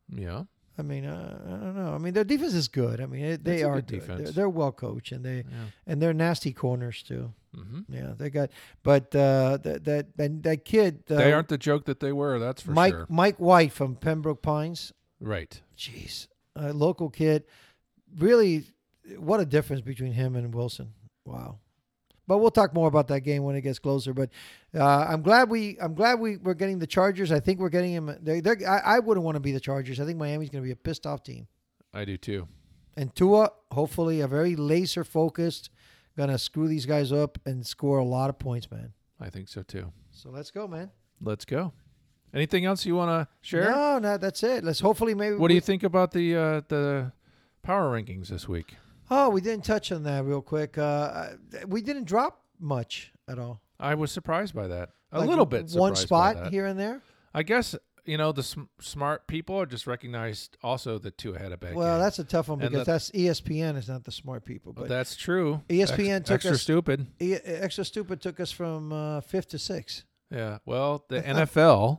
[SPEAKER 2] Yeah.
[SPEAKER 3] I mean, uh, I don't know. I mean, their defense is good. I mean, it, they
[SPEAKER 2] It's a
[SPEAKER 3] are
[SPEAKER 2] good
[SPEAKER 3] good. They're- They're,
[SPEAKER 2] defense.
[SPEAKER 3] well coached, and they
[SPEAKER 2] Yeah.
[SPEAKER 3] and they're nasty corners too.
[SPEAKER 2] hmm
[SPEAKER 3] Yeah, they got. But uh, that that and that kid, uh,
[SPEAKER 2] they aren't the joke that they were. That's for
[SPEAKER 3] Mike
[SPEAKER 2] sure.
[SPEAKER 3] Mike White from Pembroke Pines.
[SPEAKER 2] Right.
[SPEAKER 3] Jeez, a local kid. Really, what a difference between him and Wilson. Wow. But we'll talk more about that game when it gets closer. But uh, I'm glad we I'm glad we we're getting the Chargers. I think we're getting them. They, they're, I, I wouldn't want to be the Chargers. I think Miami's going to be a pissed off team.
[SPEAKER 2] I do too.
[SPEAKER 3] And Tua, hopefully, a very laser focused, gonna screw these guys up and score a lot of points, man.
[SPEAKER 2] I think so too.
[SPEAKER 3] So let's go, man.
[SPEAKER 2] Let's go. Anything else you want to share?
[SPEAKER 3] No, no, that's it. Let's hopefully maybe.
[SPEAKER 2] What do
[SPEAKER 3] we-
[SPEAKER 2] you think about the uh, the power rankings this week?
[SPEAKER 3] Oh, we didn't touch on that real quick. Uh, I- we didn't drop much at all.
[SPEAKER 2] I was surprised by that. A
[SPEAKER 3] Like,
[SPEAKER 2] little bit.
[SPEAKER 3] One
[SPEAKER 2] surprised by
[SPEAKER 3] spot
[SPEAKER 2] that.
[SPEAKER 3] here and there.
[SPEAKER 2] I guess you know the sm- smart people are just recognized also the two ahead of bad.
[SPEAKER 3] Well,
[SPEAKER 2] game.
[SPEAKER 3] that's a tough one
[SPEAKER 2] And
[SPEAKER 3] because
[SPEAKER 2] the-
[SPEAKER 3] that's E ESPN is not the smart people, but E
[SPEAKER 2] that's true.
[SPEAKER 3] ESPN
[SPEAKER 2] Ex-
[SPEAKER 3] took
[SPEAKER 2] extra
[SPEAKER 3] us-
[SPEAKER 2] stupid.
[SPEAKER 3] E- extra stupid took us from uh, fifth to sixth.
[SPEAKER 2] Yeah. Well, the NFL,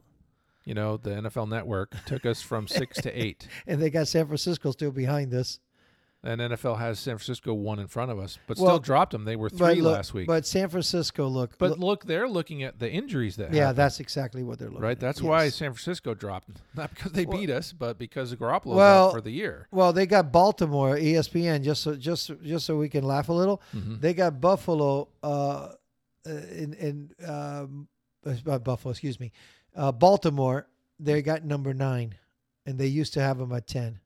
[SPEAKER 2] you know, the NFL Network took us from six to eight,
[SPEAKER 3] And they got San Francisco still behind us.
[SPEAKER 2] and NFL has San Francisco one in front of us, but
[SPEAKER 3] Well,
[SPEAKER 2] still dropped them. They were
[SPEAKER 3] but
[SPEAKER 2] three
[SPEAKER 3] look,
[SPEAKER 2] last week.
[SPEAKER 3] But San Francisco, look.
[SPEAKER 2] But
[SPEAKER 3] look-
[SPEAKER 2] look, they're looking at the injuries that
[SPEAKER 3] yeah,
[SPEAKER 2] happened,
[SPEAKER 3] that's exactly what they're looking
[SPEAKER 2] right.
[SPEAKER 3] at.
[SPEAKER 2] That's why
[SPEAKER 3] Yes.
[SPEAKER 2] San Francisco dropped, not because they beat us, but because Garoppolo
[SPEAKER 3] Well,
[SPEAKER 2] out for the year.
[SPEAKER 3] Well, they got Baltimore, E ESPN, just so just just so we can laugh a little.
[SPEAKER 2] Mm-hmm.
[SPEAKER 3] They got Buffalo, uh, in in um, uh, not Buffalo, excuse me, uh, Baltimore. They got number nine, and they used to have them at ten.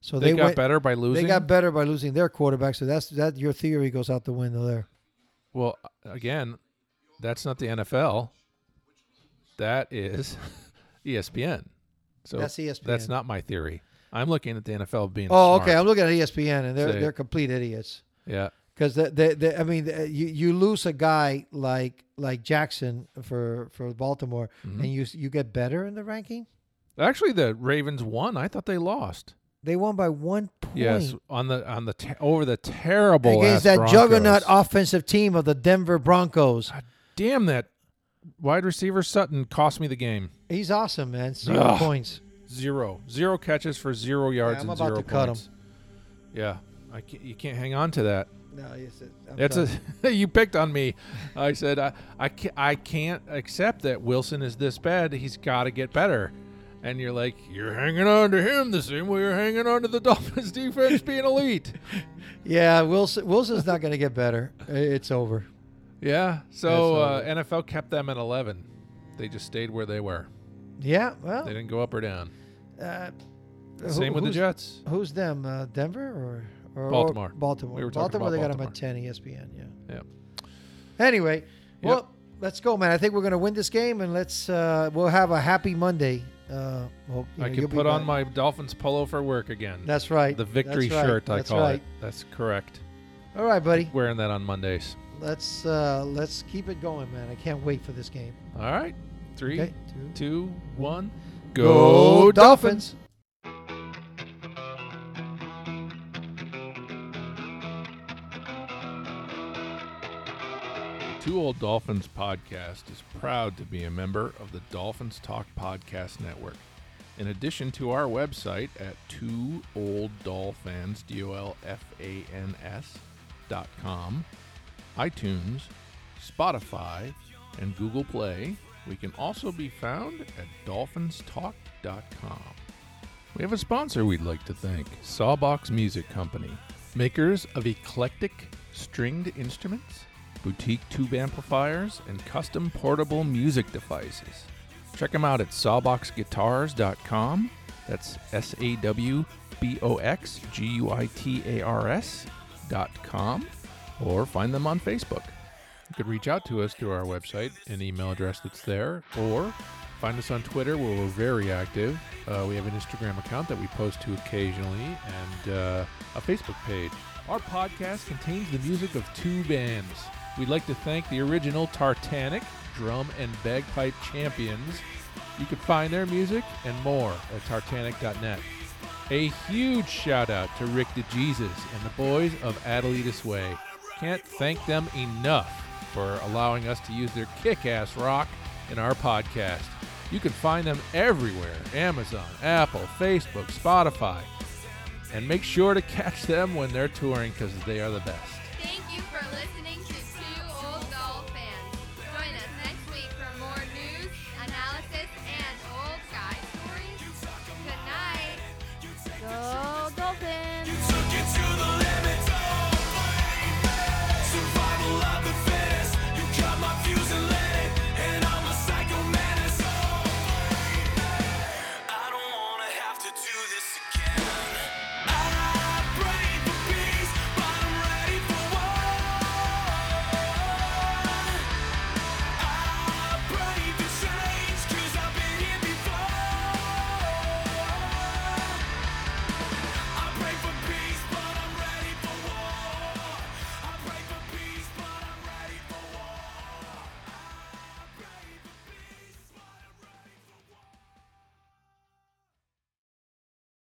[SPEAKER 3] So
[SPEAKER 2] They,
[SPEAKER 3] they,
[SPEAKER 2] got
[SPEAKER 3] went,
[SPEAKER 2] better by losing.
[SPEAKER 3] They got better by losing their quarterback. So that's that. Your theory goes out the window there.
[SPEAKER 2] Well, again, that's not the NFL. That is E ESPN. So
[SPEAKER 3] That's E ESPN.
[SPEAKER 2] That's not my theory. I'm looking at the NFL being.
[SPEAKER 3] Oh,
[SPEAKER 2] smart.
[SPEAKER 3] okay. I'm looking at ESPN, and they're
[SPEAKER 2] So-
[SPEAKER 3] they're complete idiots.
[SPEAKER 2] yeah,
[SPEAKER 3] Because they, they, they, I mean, uh, you, you lose a guy like like Jackson for for Baltimore,
[SPEAKER 2] Mm-hmm.
[SPEAKER 3] and you you get better in the ranking.
[SPEAKER 2] actually, the Ravens won. I thought they lost.
[SPEAKER 3] They won by one point
[SPEAKER 2] Yes, on the on the te- over the terrible
[SPEAKER 3] against
[SPEAKER 2] ass
[SPEAKER 3] that
[SPEAKER 2] Broncos.
[SPEAKER 3] juggernaut offensive team of the Denver Broncos.
[SPEAKER 2] Damn that wide receiver Sutton cost me the game.
[SPEAKER 3] He's awesome, man. Zero
[SPEAKER 2] Ugh.
[SPEAKER 3] points.
[SPEAKER 2] Zero, zero catches for zero yards and
[SPEAKER 3] I'm about
[SPEAKER 2] zero
[SPEAKER 3] to cut
[SPEAKER 2] points. Yeah, I can't, you can't hang on to that.
[SPEAKER 3] No, yes,
[SPEAKER 2] That's a you picked on me. I said I I can't, I can't accept that Wilson is this bad. He's got to get better. And you're like you're hanging on to him the same way you're hanging on to the Dolphins defense being elite.
[SPEAKER 3] yeah. Wilson Wilson's not going to get better. I- It's over.
[SPEAKER 2] Yeah. So uh,
[SPEAKER 3] That's
[SPEAKER 2] NFL kept them at 11. They just stayed where they were.
[SPEAKER 3] Yeah.
[SPEAKER 2] They
[SPEAKER 3] Well,
[SPEAKER 2] didn't go up or down.
[SPEAKER 3] uh,
[SPEAKER 2] Same with
[SPEAKER 3] who-
[SPEAKER 2] the
[SPEAKER 3] who's-
[SPEAKER 2] Jets.
[SPEAKER 3] Who's them? Uh, Denver or, or
[SPEAKER 2] Baltimore.
[SPEAKER 3] Baltimore.
[SPEAKER 2] We were talking
[SPEAKER 3] Baltimore.
[SPEAKER 2] about
[SPEAKER 3] they got them
[SPEAKER 2] Baltimore.
[SPEAKER 3] at ten. E ESPN. Yeah.
[SPEAKER 2] Yeah.
[SPEAKER 3] Anyway, well, let's go, man. I think we're gonna win this game, and let's uh, we'll have a happy Monday. Uh, hope, you
[SPEAKER 2] I
[SPEAKER 3] know,
[SPEAKER 2] can
[SPEAKER 3] you'll be
[SPEAKER 2] put on
[SPEAKER 3] back.
[SPEAKER 2] my Dolphins polo for work again.
[SPEAKER 3] That's right.
[SPEAKER 2] the victory
[SPEAKER 3] That's right.
[SPEAKER 2] shirt I
[SPEAKER 3] That's
[SPEAKER 2] call
[SPEAKER 3] right.
[SPEAKER 2] it. That's correct.
[SPEAKER 3] All right, buddy.
[SPEAKER 2] Wearing that on Mondays.
[SPEAKER 3] Let's uh, let's keep it going, man. I can't wait for this game.
[SPEAKER 2] All right. Three,
[SPEAKER 3] Okay.
[SPEAKER 2] two, one.
[SPEAKER 3] Go Dolphins.
[SPEAKER 2] Dolphins! Two Old Dolphins podcast is proud to be a member of the Dolphins Talk Podcast Network. In addition to our website at two old dolphins, D O L F A N S dot com, iTunes, Spotify, and Google Play, we can also be found at dolphinstalk.com. We have a sponsor we'd like to thank Sawbox Music Company, makers of eclectic stringed instruments, boutique tube amplifiers, and custom portable music devices. Check them out at sawboxguitars.com. That's S A W B O X G U I T A R S.com. Or find them on Facebook. You could reach out to us through our website and email address that's there, or find us on Twitter where we're very active. Uh, we have an Instagram account that we post to occasionally and uh, a Facebook page. Our podcast contains the music of two bands. We'd like to thank the original Tartanic drum and bagpipe champions. You can find their music and more at tartanic.net. A huge shout out to Rick DeJesus and the boys of Adelita's Way. Can't thank them enough for allowing us to use their kick ass rock in our podcast. You can find them everywhere Amazon, Apple, Facebook, Spotify. And make sure to catch them when they're touring because they are the best.